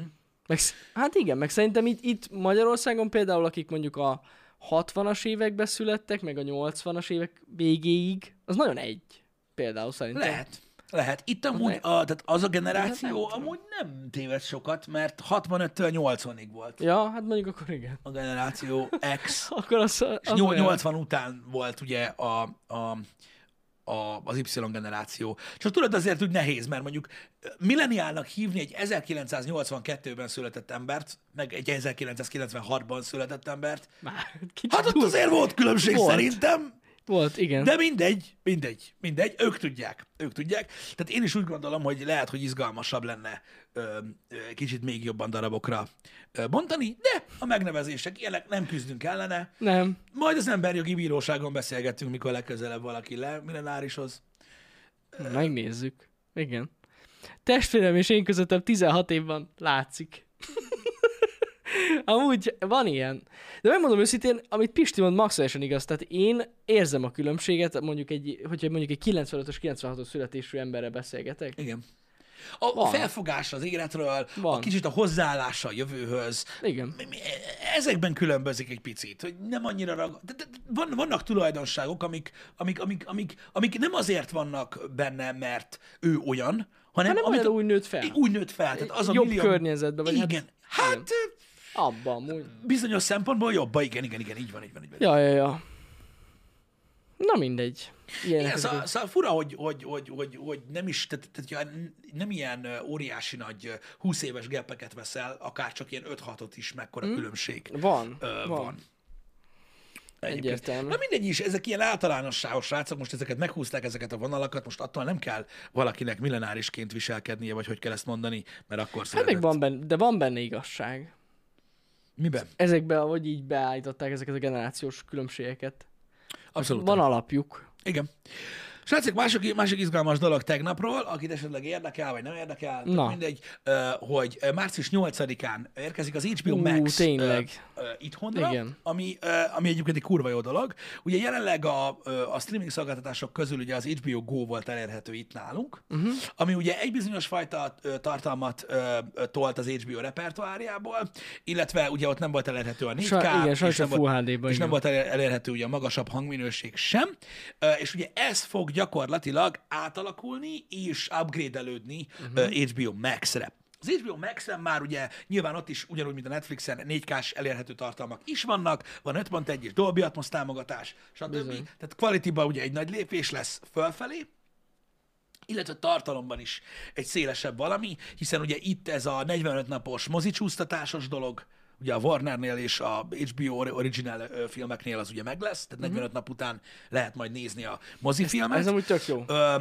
S2: Meg, sz- hát igen, meg szerintem itt, itt Magyarországon például, akik mondjuk a 60-as években születtek, meg a 80-as évek végéig, az nagyon egy például szerintem.
S1: Lehet. Lehet. hát Itt amúgy, a, tehát az a generáció amúgy nem téved sokat, mert 65-től 80-ig volt
S2: Ja, hát mondjuk akkor igen.
S1: a generáció X.
S2: Akkor az, az
S1: És nyol-
S2: olyan.
S1: 80 után volt ugye a, a, a, az Y generáció. Csak tudod, azért úgy nehéz, mert mondjuk milleniálnak hívni egy 1982-ben született embert, meg egy 1996-ban született embert.
S2: Már kicsit
S1: Hát ott
S2: durva.
S1: azért volt különbség
S2: Volt.
S1: volt. szerintem.
S2: Volt, igen.
S1: De mindegy, mindegy, mindegy, ők tudják, ők tudják. Tehát én is úgy gondolom, hogy lehet, hogy izgalmasabb lenne ö, ö, kicsit még jobban darabokra ö, bontani, de a megnevezések ilyenek, nem küzdünk ellene.
S2: Nem.
S1: Majd az emberjogi bíróságon beszélgettünk, mikor legközelebb valaki le, millenárishoz.
S2: Megnézzük. Igen. Testvérem és én közöttem 16 évben látszik. Amúgy van ilyen. De megmondom őszintén, amit Pisti mond, maximálisan igaz. Tehát én érzem a különbséget, mondjuk egy, hogyha mondjuk egy 95-ös, 96-os születésű emberrel beszélgetek.
S1: Igen. A
S2: Van.
S1: Van. felfogás az életről,
S2: Van.
S1: a kicsit a hozzáállása a jövőhöz,
S2: Igen.
S1: Mi- mi- ezekben különbözik egy picit, hogy nem annyira rag... de, de, de van, vannak tulajdonságok, amik, amik, amik, amik, amik nem azért vannak benne, mert ő olyan, hanem,
S2: Hanem
S1: amit
S2: olyan úgy nőtt fel.
S1: Í- úgy nőtt fel. Tehát az a
S2: Jobb
S1: millió...
S2: környezetben vagy, hát-
S1: Igen. Hát,
S2: igen.
S1: igen.
S2: Abban amúgy.
S1: bizonyos szempontból jobb, igen, igen, igen, így van, így van, így van.
S2: Ja, ja, ja. Na mindegy. Ilyen
S1: Igen, szóval, szóval fura, hogy, hogy, hogy, hogy, hogy nem is, tehát, tehát ja, nem ilyen ö, óriási nagy ö, 20 éves gepeket veszel, akár csak ilyen 5-6-ot is, mekkora
S2: Hm?
S1: hmm. különbség
S2: van,
S1: ö,
S2: van.
S1: van.
S2: van.
S1: van. Egyébként.
S2: Egyértelmű.
S1: Na mindegy is, ezek ilyen általánosságos srácok, most ezeket meghúzták, ezeket a vonalakat, most attól nem kell valakinek millenárisként viselkednie, vagy hogy kell ezt mondani, mert akkor
S2: Hát
S1: született.
S2: meg van benne, de van benne igazság.
S1: Miben?
S2: ezekbe, ahogy így beállították ezeket a generációs különbségeket.
S1: Abszolút.
S2: Van alapjuk.
S1: Igen. Srácok, másik, másik izgalmas dolog tegnapról, akit esetleg érdekel, vagy nem érdekel,
S2: Na.
S1: Na. mindegy, ö, hogy ö, március 8-án érkezik az HBO
S2: Ú,
S1: Max ö,
S2: tényleg.
S1: ö, itthonra,
S2: Igen.
S1: Ami, ö, ami egyébként egy kurva jó dolog. Ugye jelenleg a, ö, a streaming szolgáltatások közül ugye az HBO Go volt elérhető itt nálunk,
S2: Mhm.
S1: uh-huh. ami ugye egy bizonyos fajta ö, tartalmat ö, ö, tolt az HBO repertoáriából, illetve ugye ott nem volt elérhető a 4K,
S2: igen, sajnos
S1: és, nem
S2: a Full
S1: volt,
S2: HD-ban,
S1: és
S2: igen.
S1: nem volt elér- elérhető ugye a magasabb hangminőség sem, Ö, és ugye ez fog gyakorlatilag átalakulni és upgrade-elődni
S2: Mhm.
S1: uh-huh. HBO Max-re. Az HBO Max-en már ugye nyilván ott is ugyanúgy, mint a Netflixen 4K-s elérhető tartalmak is vannak, van 5.1 és Dolby Atmos támogatás, stb. Bizony. Tehát quality-ban ugye egy nagy lépés lesz fölfelé, illetve tartalomban is egy szélesebb valami, hiszen ugye itt ez a 45 napos mozicsúsztatásos dolog, ugye a Warnernél és a HBO or- original ö, filmeknél az ugye meg lesz, tehát 45 nap után lehet majd nézni a mozifilmet.
S2: Mhm. ez amúgy tök jó.
S1: Ö,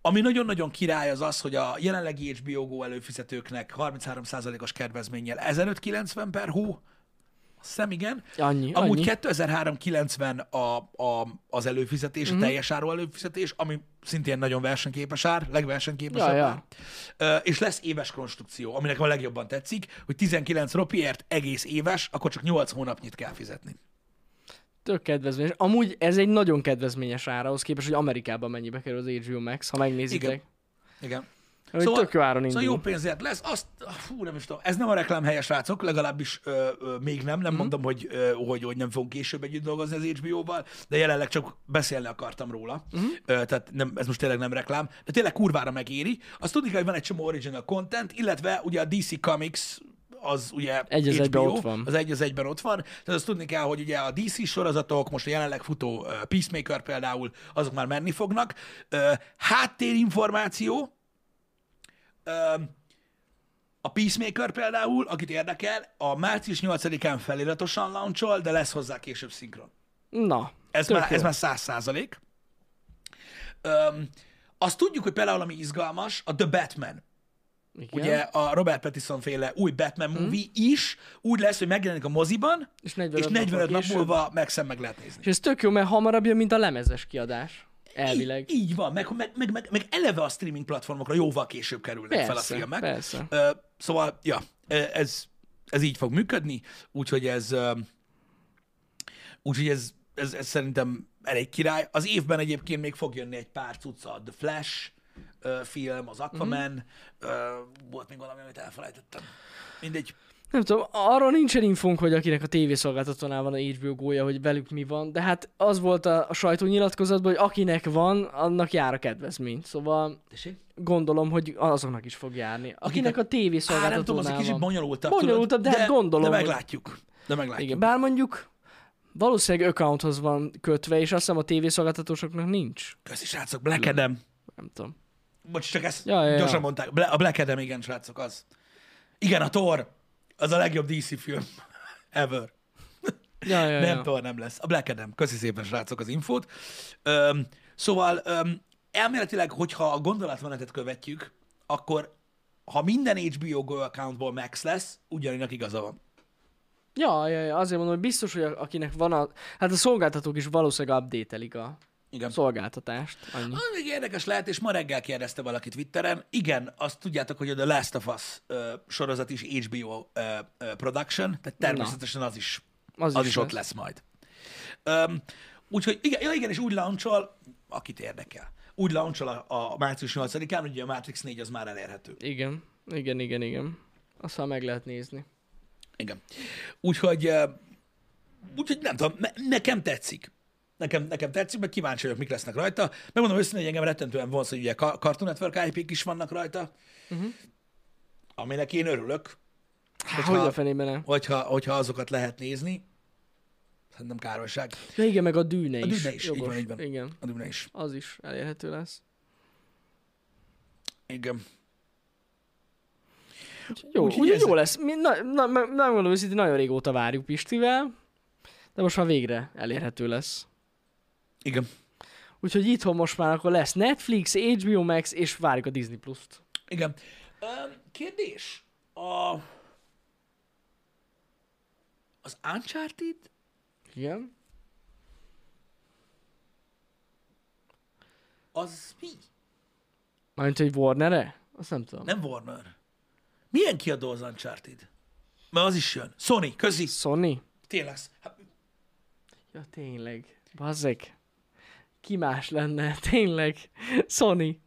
S1: ami nagyon-nagyon király az az, hogy a jelenlegi HBO Go előfizetőknek 33%-os kedvezménnyel 1590 per hó, azt hiszem igen.
S2: Annyi,
S1: Amúgy
S2: annyi.
S1: 2390 a, a, az előfizetés,
S2: Mhm.
S1: a teljes áru előfizetés, ami szintén nagyon versenyképes ár, legversenyképesebb
S2: Ja, ja.
S1: ár. Ö, és lesz éves konstrukció, aminek a legjobban tetszik, hogy 19 ropiért egész éves, akkor csak 8 hónapnyit kell fizetni.
S2: Tök kedvezményes. Amúgy ez egy nagyon kedvezményes ára, ahhoz képest, hogy Amerikában mennyibe kerül az HBO Max, ha megnézitek.
S1: Igen.
S2: Szóval, tök jó áron indul.
S1: Szóval jó pénzért lesz. Azt, fú, nem is tudom. Ez nem a reklám helyes rácok, legalábbis ö, ö, még nem.
S2: Mhm.
S1: Nem mondom, hogy, ö, hogy, hogy nem fogunk később együtt dolgozni az HBO-val, de jelenleg csak beszélni akartam róla.
S2: Mhm.
S1: Uh-huh. Ö, tehát nem, ez most tényleg nem reklám. De tényleg kurvára megéri. Azt tudni kell, hogy van egy csomó original content, illetve ugye a DC Comics az ugye
S2: Egy az
S1: HBO,
S2: egyben ott van.
S1: az egy az egyben ott van. Tehát azt tudni kell, hogy ugye a DC sorozatok, most a jelenleg futó ö, Peacemaker például, azok már menni fognak. Ö, Háttérinformáció, Ö, a Peacemaker például, akit érdekel, a március 8-án feliratosan launchol, de lesz hozzá később szinkron.
S2: Na,
S1: Ez
S2: tök
S1: már,
S2: jó.
S1: ez már 100 százalék. Öm, Azt tudjuk, hogy például ami izgalmas, a The Batman.
S2: Igen.
S1: Ugye a Robert Pattinson féle új Batman movie is úgy lesz, hogy megjelenik a moziban,
S2: Mhm. És 45,
S1: és 45 nap
S2: később.
S1: múlva meg szem meg lehet nézni.
S2: És ez tök jó, mert hamarabb jön, mint a lemezes kiadás. Elvileg.
S1: Így, így van, meg, meg, meg, meg, meg eleve a streaming platformokra jóval később kerülnek
S2: Persze,
S1: fel a filmek.
S2: persze.
S1: Ö, szóval, ja, ö, ez, ez így fog működni, úgyhogy ez, ö, úgyhogy ez, ez, ez szerintem elég király. Az évben egyébként még fog jönni egy pár cucca, a The Flash ö, film, az Aquaman,
S2: Mhm.
S1: ö, volt még valami, amit elfelejtettem. Mindegy.
S2: Nem tudom, arról nincsen infónk, hogy akinek a tévészolgáltatónál van a HBO gólya, hogy velük mi van, de hát az volt a, a sajtónyilatkozatban, hogy akinek van, annak jár a kedvezmény. Szóval
S1: Tessék?
S2: gondolom, hogy azoknak is fog járni. Akinek a
S1: Á, nem tudom, az egy
S2: tévészolgáltatónál
S1: kicsit
S2: van.
S1: bonyolultabb.
S2: Bonyolultabb, de
S1: tudod,
S2: hát gondolom,
S1: De
S2: hogy-
S1: meglátjuk. De meglátjuk.
S2: Igen, bár mondjuk valószínűleg accounthoz van kötve, és azt hiszem a tévészolgáltatósoknak nincs.
S1: Köszi, srácok, Black Adam.
S2: Nem tudom.
S1: Bocs, csak ezt ja,
S2: Ja, ja,
S1: ja,
S2: ja.
S1: gyorsan mondták. Bla- A Black Adam, igen, srácok, az. Igen, a Thor, az a legjobb DC film ever.
S2: Ja, ja,
S1: Nem,
S2: ja.
S1: Thor nem lesz. A Black Adam. Köszi szépen, srácok, az infót. Öm, szóval öm, elméletileg, hogyha a gondolatmenetet követjük, akkor ha minden HBO Go accountból Max lesz, ugyanígy igaza van.
S2: Ja, ja, ja, azért mondom, hogy biztos, hogy a- akinek van a... Hát a szolgáltatók is valószínűleg update-elik a
S1: Igen.
S2: szolgáltatást. Annyi.
S1: Ami még érdekes lehet, és ma reggel kérdezte valaki Twitteren, igen, azt tudjátok, hogy a The Last of Us ö, sorozat is HBO ö, ö, production, tehát természetesen az is, az,
S2: Az
S1: az is,
S2: is
S1: ott lesz majd. Öm, úgyhogy igen, ja, igen, és úgy launchol, akit érdekel. Úgy launchol a, a március 8-án, ugye a Matrix 4 az már elérhető.
S2: Igen, igen, igen, igen. Azt már meg lehet nézni.
S1: Igen. Úgyhogy, ö, úgyhogy nem tudom, ne, nekem tetszik. Nekem, nekem tetszik, mert kíváncsi vagyok, mik lesznek rajta. Megmondom őszintén, hogy engem rettentően vonz, hogy ugye Ka- Cartoon Network IP-k is vannak rajta, uh-huh. aminek én örülök,
S2: Hát, hogy a fenében nem?
S1: hogyha, hogyha azokat lehet nézni. Szerintem károlyság.
S2: Ja, igen, meg a dűne
S1: A
S2: is.
S1: dűne is, így van, így van.
S2: Igen,
S1: A Duna is.
S2: az is elérhető lesz.
S1: Igen.
S2: Úgyhogy Jó,
S1: Úgyhogy
S2: úgy,
S1: ez-
S2: jó lesz. Mi, na, na, na, na, mondom őszintén, nagyon régóta várjuk Pistivel, de most már végre elérhető lesz.
S1: Igen.
S2: Úgyhogy itthon most már akkor lesz Netflix, HBO Max, és várjuk a Disney Plus-t.
S1: Igen. Öm, Kérdés. A... Az Uncharted
S2: Igen.
S1: az mi?
S2: Mármint, hogy Warner-e? Azt nem tudom.
S1: Nem Warner. Milyen kiadó az Uncharted? Mert az is jön. Sony, közi.
S2: Sony?
S1: Tényleg. Hát,
S2: Ja, tényleg. Bazzek. Ki más lenne? Tényleg. Sony.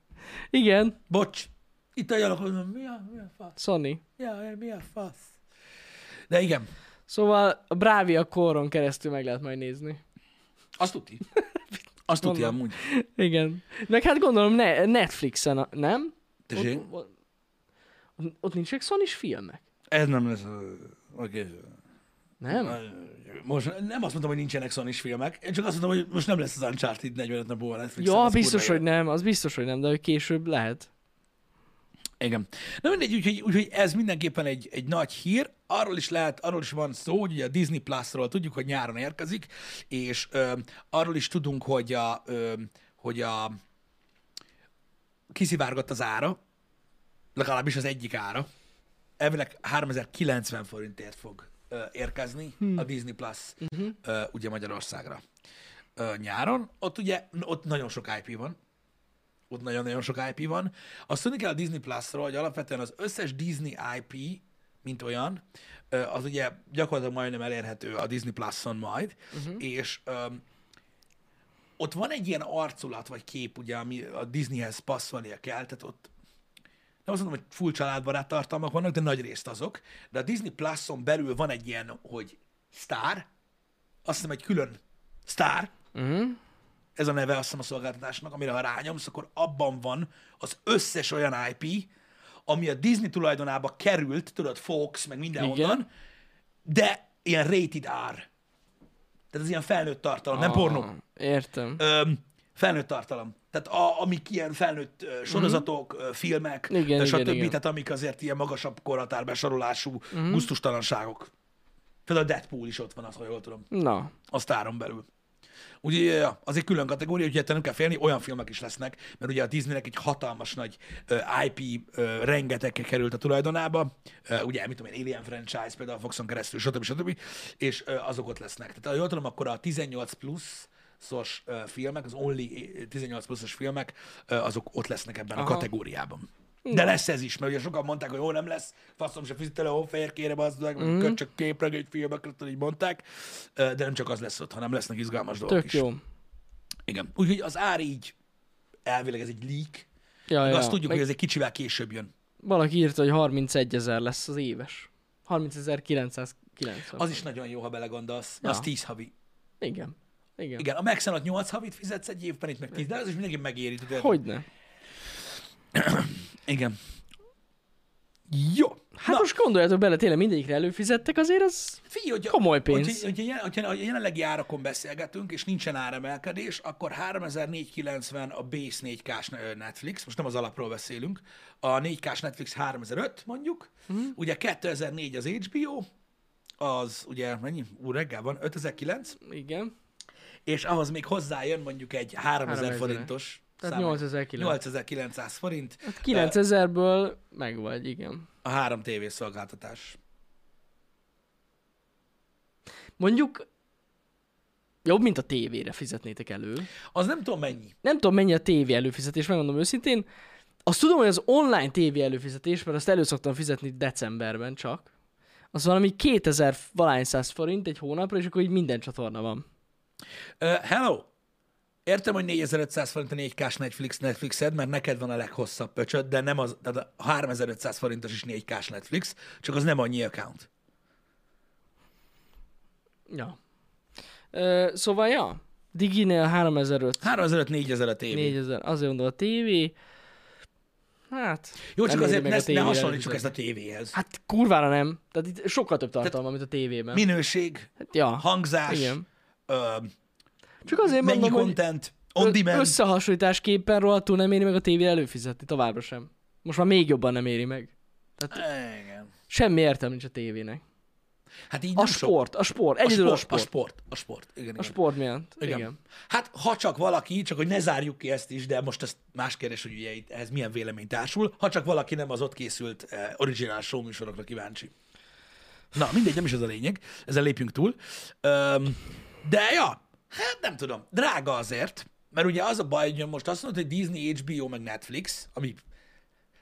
S2: Igen,
S1: bocs. Itt olyanok, hogy mi a, mi a fasz?
S2: Sony.
S1: Ja, mi a fasz? De igen,
S2: Szóval a Bravia koron keresztül meg lehet majd nézni.
S1: azt tudti. Azt tudti
S2: Gondolom.
S1: amúgy.
S2: Igen. Meg hát gondolom ne, Netflixen, a, nem?
S1: Tessék?
S2: Ott, ott, ott nincsenek sony filmek.
S1: Ez nem lesz. ö, Oké.
S2: Nem?
S1: Most nem azt mondtam, hogy nincsenek sony filmek, én csak azt mondtam, hogy most nem lesz az Uncharted 45 nap múlva Netflixen.
S2: Ja,
S1: az
S2: biztos,
S1: kurva
S2: hogy
S1: jó.
S2: nem, az biztos, hogy nem, de hogy később lehet.
S1: Igen. Na mindegy, úgyhogy, úgyhogy ez mindenképpen egy, egy nagy hír. Arról is lehet, arról is van szó, hogy ugye a Disney Plus-ról tudjuk, hogy nyáron érkezik, és ö, arról is tudunk, hogy a, ö, hogy a kiszivárgott az ára, legalábbis az egyik ára. Elvileg 3090 forintért fog ö, érkezni a Disney Plus ö, ugye Magyarországra ö, nyáron. Ott ugye, ott nagyon sok IP van, ott nagyon-nagyon sok IP van. Azt tudni kell a Disney Plus-ról, hogy alapvetően az összes Disney IP mint olyan, ö, az ugye gyakorlatilag majdnem elérhető a Disney Plus-on majd, uh-huh. és öm, ott van egy ilyen arculat vagy kép, ugye, ami a Disneyhez passzolnia kell, tehát ott nem azt mondom, hogy full családbarát tartalmak vannak, de nagy részt azok. De a Disney Plus-on belül van egy ilyen, hogy sztár, azt hiszem egy külön sztár,
S2: Uh-huh.
S1: ez a neve azt hiszem a szolgáltatásnak, amire ha rányomsz, akkor abban van az összes olyan IP, ami a Disney tulajdonába került, tudod, Fox, meg mindenhonnan,
S2: Igen.
S1: de ilyen rated R. Tehát ez ilyen felnőtt tartalom, nem pornó.
S2: Ah, Értem.
S1: Öm, felnőtt tartalom. Tehát a, amik ilyen felnőtt ö, sorozatok, mm-hmm. filmek,
S2: Igen, igen,
S1: igen, stb. Igen,
S2: igen.
S1: Tehát amik azért ilyen magasabb korhatárbesorolású mm-hmm. gusztustalanságok. Például a Deadpool is ott van, azt, ha jól tudom
S2: Na,
S1: a sztáron belül. Ugye ja, ja, az egy külön kategória, úgyhogy ettől nem kell félni, olyan filmek is lesznek, mert ugye a Disneynek egy hatalmas nagy ö, IP ö, rengeteg került a tulajdonába, Ö, ugye, mit tudom én, Alien franchise, például a Foxon keresztül, stb. stb. És ö, azok ott lesznek. Tehát ha jól tudom, akkor a 18 plusz szos ö, filmek, az only 18 pluszos filmek, ö, azok ott lesznek ebben Aha. a
S2: Aha.
S1: kategóriában. De lesz ez is, mert ugye sokan mondták, hogy jó, nem lesz, faszom se fizet el a hófehérkére, bazd meg, mm. csak képregény filmekre, tudod, így mondták, Ö, de nem csak az lesz ott, hanem lesznek izgalmas dolgok
S2: tök
S1: is.
S2: jó.
S1: Igen. Úgyhogy az ár így, elvileg ez egy leak,
S2: Ja,
S1: de
S2: ja.
S1: azt tudjuk,
S2: Meg
S1: hogy ez egy kicsivel később jön.
S2: Valaki írta, hogy 31 ezer lesz az éves. 30.990.
S1: Az is nagyon jó, ha belegondolsz, ja. az 10 havi.
S2: Igen. Igen. Igen.
S1: Igen, a Maxen ott 8 havit fizetsz egy évben, itt meg 10, de az is mindenki megéri. Tudod?
S2: Hogyne.
S1: Igen. Jó.
S2: Hát Na. most gondoljatok bele, tényleg mindegyikre előfizettek, azért az...
S1: Figyelj, hogyha,
S2: Komoly pénz.
S1: Hogyha, hogyha, jelen- hogyha a jelenlegi árakon beszélgetünk, és nincsen áremelkedés, akkor 3490 a base 4K-s Netflix, most nem az alapról beszélünk, a 4K-s Netflix 3005 mondjuk,
S2: Mhm.
S1: mm. ugye 2004 az HBO, az ugye mennyi? Úr, reggel van, 5009,
S2: Igen.
S1: és ahhoz még hozzájön mondjuk egy 3000
S2: 3000.
S1: forintos.
S2: Tehát
S1: számla.
S2: 8900.
S1: 8900 forint.
S2: Hát 9000-ből megvagy, igen.
S1: A három tévészolgáltatás.
S2: Mondjuk jobb, mint a tévére fizetnétek elő.
S1: Az nem tudom mennyi.
S2: Nem tudom, mennyi a tévé előfizetés, megmondom őszintén. Azt tudom, hogy az online tévé előfizetés, mert azt elő szoktam fizetni decemberben csak, az valami 2000 valány száz forint egy hónapra, és akkor így minden csatorna van.
S1: Uh, hello! Értem, hogy 4500 forint a 4K-s Netflix Netflixed, mert neked van a leghosszabb pöcsöd, de nem az, tehát a 3500 forintos is 4K-s Netflix, csak az nem annyi account.
S2: Ja. Ö, szóval, ja. Diginél 3500,
S1: 3500 4000 a tévé.
S2: 4000, azért mondom a tévé. Hát...
S1: Jó,
S2: nem
S1: csak
S2: éri
S1: azért
S2: meg
S1: ne,
S2: a
S1: ne
S2: tévére
S1: hasonlítsuk ezt
S2: előfizetni.
S1: a tévéhez.
S2: Hát kurvára nem. Tehát itt sokkal több tartalma, mint a tévében.
S1: Minőség,
S2: Hát, ja.
S1: hangzás,
S2: Igen.
S1: Ö,
S2: Csak azért
S1: mennyi
S2: mondom, hogy
S1: content, on demand.
S2: összehasonlításképpen rohadtul nem éri meg a tévé előfizetni, továbbra sem. Most már még jobban nem éri meg.
S1: Igen.
S2: Semmi értelme nincs a tévének.
S1: Hát így
S2: A
S1: nem sok.
S2: sport, a sport, egyedül a
S1: a
S2: sport. A sport,
S1: sport, a sport, igen, igen.
S2: a sport miatt.
S1: Igen.
S2: Igen. Igen.
S1: Hát ha csak valaki, csak hogy ne zárjuk ki ezt is, de most ez más kérdés, hogy ugye itt ehhez milyen vélemény társul, ha csak valaki nem az ott készült eh, originál show műsorokra kíváncsi. Na, mindegy, nem is ez a lényeg, ezzel lépjünk túl. Öm, de ja, hát nem tudom, drága azért, mert ugye az a baj, hogy most azt mondod, hogy Disney, HBO, meg Netflix, ami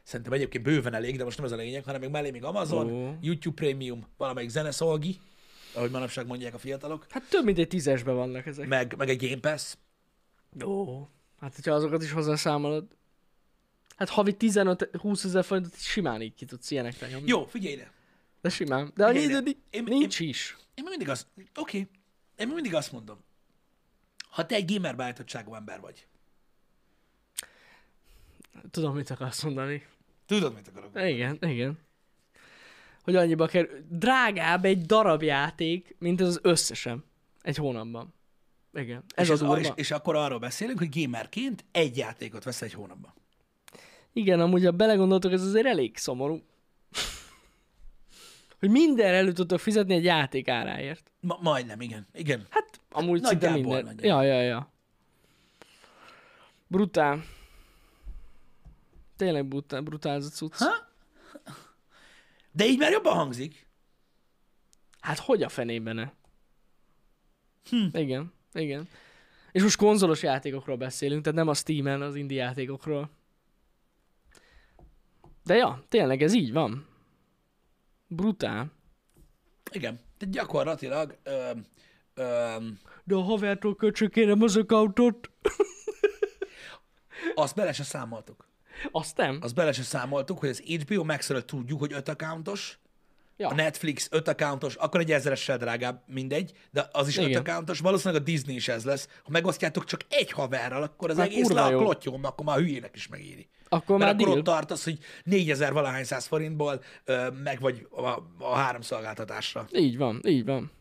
S1: szerintem egyébként bőven elég, de most nem ez a lényeg, hanem még mellé még Amazon,
S2: Ó.
S1: YouTube Premium, valamelyik zeneszolgi, ahogy manapság mondják a fiatalok,
S2: Hát több mint egy tízesben vannak ezek.
S1: meg, meg egy Game Pass,
S2: Ó. Hát, hogyha azokat is hozzászámolod. Hát havi 15-20 ezer forintot simán így ki tudsz ilyenekre nyomni.
S1: Jó, figyelj ide.
S2: De simán. De annyi
S1: Figyelj,
S2: idő
S1: de
S2: ni-
S1: én-
S2: nincs is.
S1: Én még mindig azt... Oké. Okay. Én még mindig azt mondom. Ha te egy gamer beállítottságú ember vagy,
S2: Tudom, mit akarsz mondani.
S1: tudod, mit akarok.
S2: Igen, igen. Hogy annyiba kerül. Drágább egy darab játék, mint ez az összesen. Egy hónapban. Igen. Ez
S1: és,
S2: az
S1: és,
S2: urma.
S1: és akkor arról beszélünk, hogy gamerként egy játékot vesz egy hónapban.
S2: Igen, amúgy ha belegondoltok, ez azért elég szomorú. hogy minden elő tudtok fizetni egy játék áráért.
S1: Ma, majdnem, igen. Igen.
S2: Hát, amúgy
S1: Hát
S2: szinte
S1: nagyjából
S2: minden.
S1: nagyjából.
S2: Ja, ja, ja. Brutál. Tényleg brutál, brutál ez a cucc.
S1: Ha? De így már jobban hangzik.
S2: Hát hogy a fenében ne? Hm. Igen, igen. És most konzolos játékokról beszélünk, tehát nem a Steam-en az indie játékokról. De ja, tényleg ez így van. Brutál.
S1: Igen, tehát gyakorlatilag ö, ö,
S2: De a havertól köcsök kérem az accountot.
S1: azt bele se számoltuk.
S2: Azt nem?
S1: Azt bele se számoltuk, hogy az HBO max tudjuk, hogy 5 accountos,
S2: Ja.
S1: a Netflix 5 accountos, akkor egy ezeressel drágább, mindegy, de az is 5
S2: Igen.
S1: accountos, valószínűleg a Disney is ez lesz. Ha megosztjátok csak egy haverral, akkor az
S2: Már
S1: egész le
S2: kurva
S1: a
S2: jó.
S1: klotyom, akkor már a hülyének is megéri.
S2: Akkor
S1: Mert
S2: már
S1: akkor
S2: deal.
S1: ott tartasz, hogy 4000 valahány száz forintból ö, meg vagy a, a három szolgáltatásra.
S2: Így van, így van.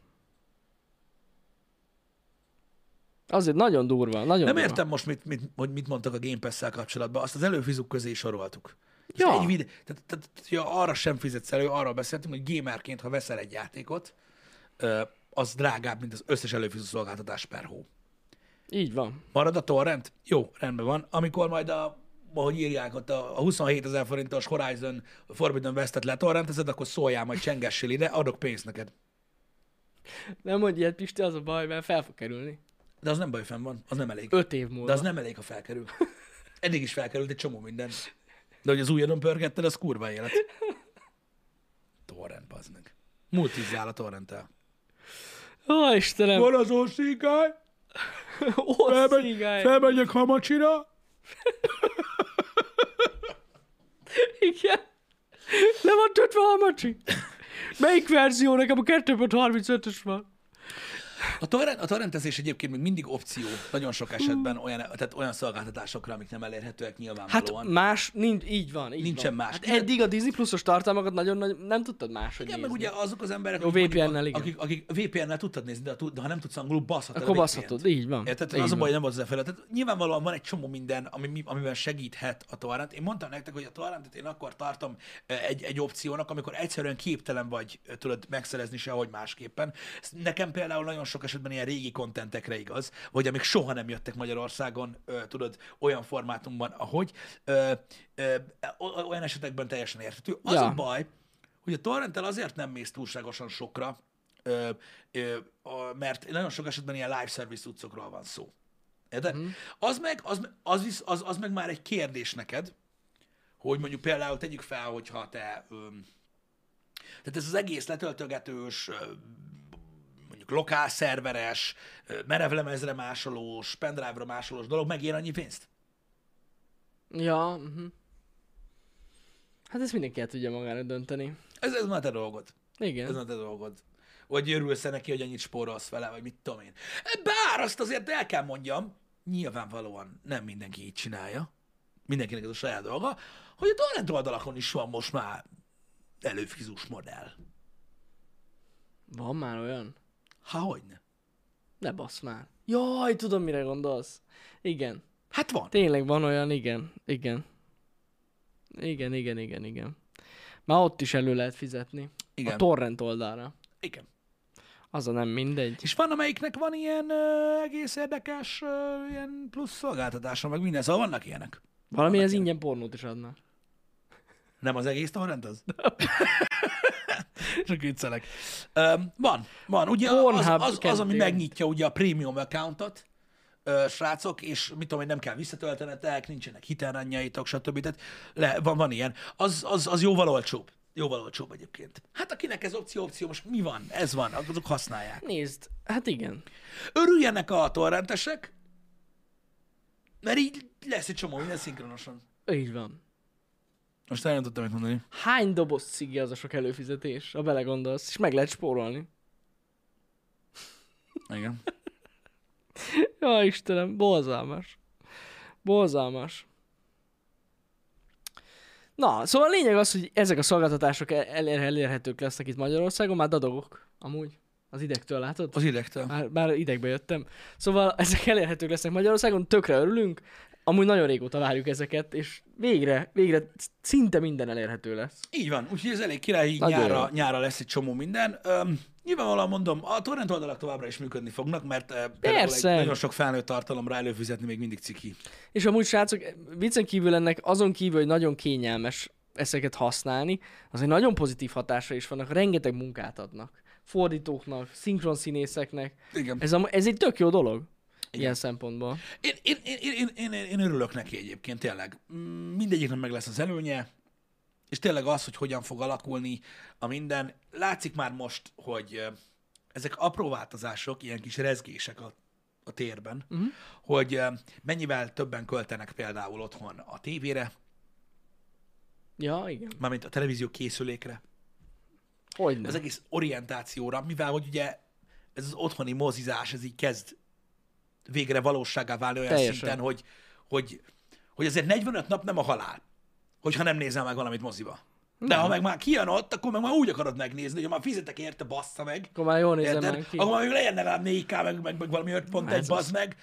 S2: Azért nagyon durva, nagyon
S1: Nem
S2: durva.
S1: értem most, mit, mit, hogy mit mondtak a Game Pass-szel kapcsolatban, azt az előfizuk közé soroltuk.
S2: Ja.
S1: Ja. Egy videó, tehát, tehát, ja, arra sem fizetsz elő, arról beszéltünk, hogy gamerként, ha veszel egy játékot, ö, az drágább, mint az összes előfizető szolgáltatás per hó.
S2: Így van.
S1: Marad a torrent? Jó, rendben van. Amikor majd a ahogy írják ott a a 27 ezer forintos Horizon Forbidden West-et letorrentezed, akkor szóljál, majd csengessél ide, adok pénzt neked.
S2: Nem mondj ilyet, Pisti, az a baj, mert fel fog kerülni.
S1: De az nem baj, fenn van, az nem elég.
S2: Öt év múlva.
S1: De az nem elég, ha felkerül. Eddig is felkerült egy csomó minden. De hogy az újonnan pörgetted, az kurva élet. Torrent, bazd meg. Multizzál a torrenttel.
S2: Ó, Istenem,
S1: Van az orszigály,
S2: Orci, fel...
S1: felmegyek hamacsira,
S2: Igen. Le van tötve a hamacsi. Melyik verzió? Nekem a 2.35-ös van.
S1: A, torrent, a torrentezés egyébként még mindig opció nagyon sok esetben olyan, tehát olyan szolgáltatásokra, amik nem elérhetőek
S2: Hát
S1: nyilvánvalóan.
S2: más, nincs, így van. Így
S1: Nincsen
S2: van.
S1: más.
S2: Hát eddig a Disney Pluszos tartalmakat nagyon nagy, nem tudtad máshogy
S1: igen, meg
S2: nézni.
S1: ugye azok az emberek,
S2: Jó,
S1: akik mondjuk-
S2: VPN-nel, igen.
S1: akik, akik VPN-nel tudtad nézni, de, ha tud- de ha nem tudsz angolul, baszhatod. a
S2: Akkor
S1: VPN-t.
S2: baszhatod, így van.
S1: Érted?
S2: Így
S1: Az a
S2: van.
S1: baj, nem az fel. Tehát nyilvánvalóan van egy csomó minden, ami, mi- amiben segíthet a torrent. Én mondtam nektek, hogy a torrentet én akkor tartom eh, egy, egy opciónak, amikor egyszerűen képtelen vagy, eh, tudod megszerezni sehogy másképpen. Ez Nekem például nagyon sok esetben ilyen régi kontentekre igaz, vagy amik soha nem jöttek Magyarországon, eh, tudod, olyan formátumban, ahogy ö, ö, o- olyan esetekben teljesen érthető. Az
S2: Ja.
S1: a baj, hogy a torrenttel azért nem mész túlságosan sokra, ö, ö, a, mert nagyon sok esetben ilyen live service utcokról van szó. Érted? Mm. Az, meg, az, az, visz, az, az meg már egy kérdés neked, hogy mondjuk például tegyük fel, hogyha te... Öm, tehát ez az egész letöltögetős, ö, mondjuk lokálszerveres, ö, merevlemezre másolós, pendrive-ra másolós dolog megér annyi pénzt?
S2: Ja, uh-huh. Hát ezt mindenki el tudja magára dönteni.
S1: Ez, ez már te dolgod.
S2: Igen.
S1: Ez nem te dolgod. Vagy örülsz -e neki, hogy annyit spórolsz vele, vagy mit tudom én. Bár azt azért el kell mondjam, nyilvánvalóan nem mindenki így csinálja, mindenkinek ez a saját dolga, hogy a torrent oldalakon is van most már előfizus modell.
S2: Van már olyan?
S1: Há, hogyne.
S2: Ne basz már. Jaj, tudom mire gondolsz. Igen.
S1: Hát van.
S2: Tényleg van olyan, igen. Igen. Igen, igen, igen, igen. Már ott is elő lehet fizetni.
S1: Igen.
S2: A torrent oldalra.
S1: Igen.
S2: Az a nem mindegy.
S1: És van, amelyiknek van ilyen ö, egész érdekes ö, ilyen plusz szolgáltatása, meg minden, szóval vannak ilyenek.
S2: Valami ez ingyen pornót is adna.
S1: Nem az egész torrent az? Csak viccelek. Öm, van, van. Ugye az,
S2: Pornhub
S1: az, az, ami
S2: kezdődik.
S1: megnyitja ugye a premium accountot, ö, srácok, és mit tudom, hogy nem kell visszatöltenetek, nincsenek hitelrendjeitok, stb. Tehát le, van, van ilyen. Az, az, az jóval olcsóbb. Jóval olcsóbb egyébként. Hát akinek ez opció, opció, most mi van? Ez van, azok használják.
S2: Nézd, hát igen.
S1: Örüljenek a torrentesek, mert így lesz egy csomó minden szinkronosan.
S2: Így van.
S1: Most el nem tudtam mit mondani.
S2: Hány doboz cigi az a sok előfizetés, ha belegondolsz, és meg lehet spórolni.
S1: Igen.
S2: Ja, Istenem, borzalmas. Borzalmas. Na, szóval a lényeg az, hogy ezek a szolgáltatások el- elér- elérhetők lesznek itt Magyarországon, már dadogok, amúgy. Az idegtől látod?
S1: Az idegtől.
S2: Már, már idegbe jöttem. Szóval ezek elérhetők lesznek Magyarországon, tökre örülünk. Amúgy nagyon régóta várjuk ezeket, és végre, végre szinte minden elérhető lesz.
S1: Így van, úgyhogy ez elég király, így
S2: Nagyon
S1: nyára,
S2: jó.
S1: nyára lesz egy csomó minden. Öm, nyilvánvalóan mondom, a torrent oldalak továbbra is működni fognak, mert ö, például
S2: Persze.
S1: egy nagyon sok felnőtt tartalomra előfizetni még mindig ciki.
S2: És amúgy srácok, viccen kívül ennek azon kívül, hogy nagyon kényelmes ezeket használni, azért nagyon pozitív hatása is vannak, rengeteg munkát adnak. Fordítóknak, szinkronszínészeknek.
S1: Igen.
S2: Ez, a, ez egy tök jó dolog. Ilyen szempontból.
S1: Én, én, én, én, én, én, én örülök neki egyébként, tényleg. Mm, Mindegyiknek meg lesz az előnye, és tényleg az, hogy hogyan fog alakulni a minden. Látszik már most, hogy ö, ezek apró változások, ilyen kis rezgések a, a térben,
S2: Mhm.
S1: uh-huh. hogy ö, mennyivel többen költenek például otthon a tévére,
S2: Ja, igen.
S1: mármint a televízió készülékre,
S2: Hogyne.
S1: az egész orientációra, mivel hogy ugye ez az otthoni mozizás, ez így kezd végre valóságá válni olyan Teljesen.
S2: Teljesen.
S1: szinten, hogy, hogy, hogy azért 45 nap nem a halál, hogyha nem nézel meg valamit moziba. De ha meg már kijön ott, akkor meg már úgy akarod megnézni, hogy ha már fizetek érte, bassza meg.
S2: Akkor már jól nézem
S1: Érted?
S2: már ki.
S1: Akkor még legyen legalább 4K, meg, meg, meg valami 5.1,
S2: Ez az.
S1: bazd meg,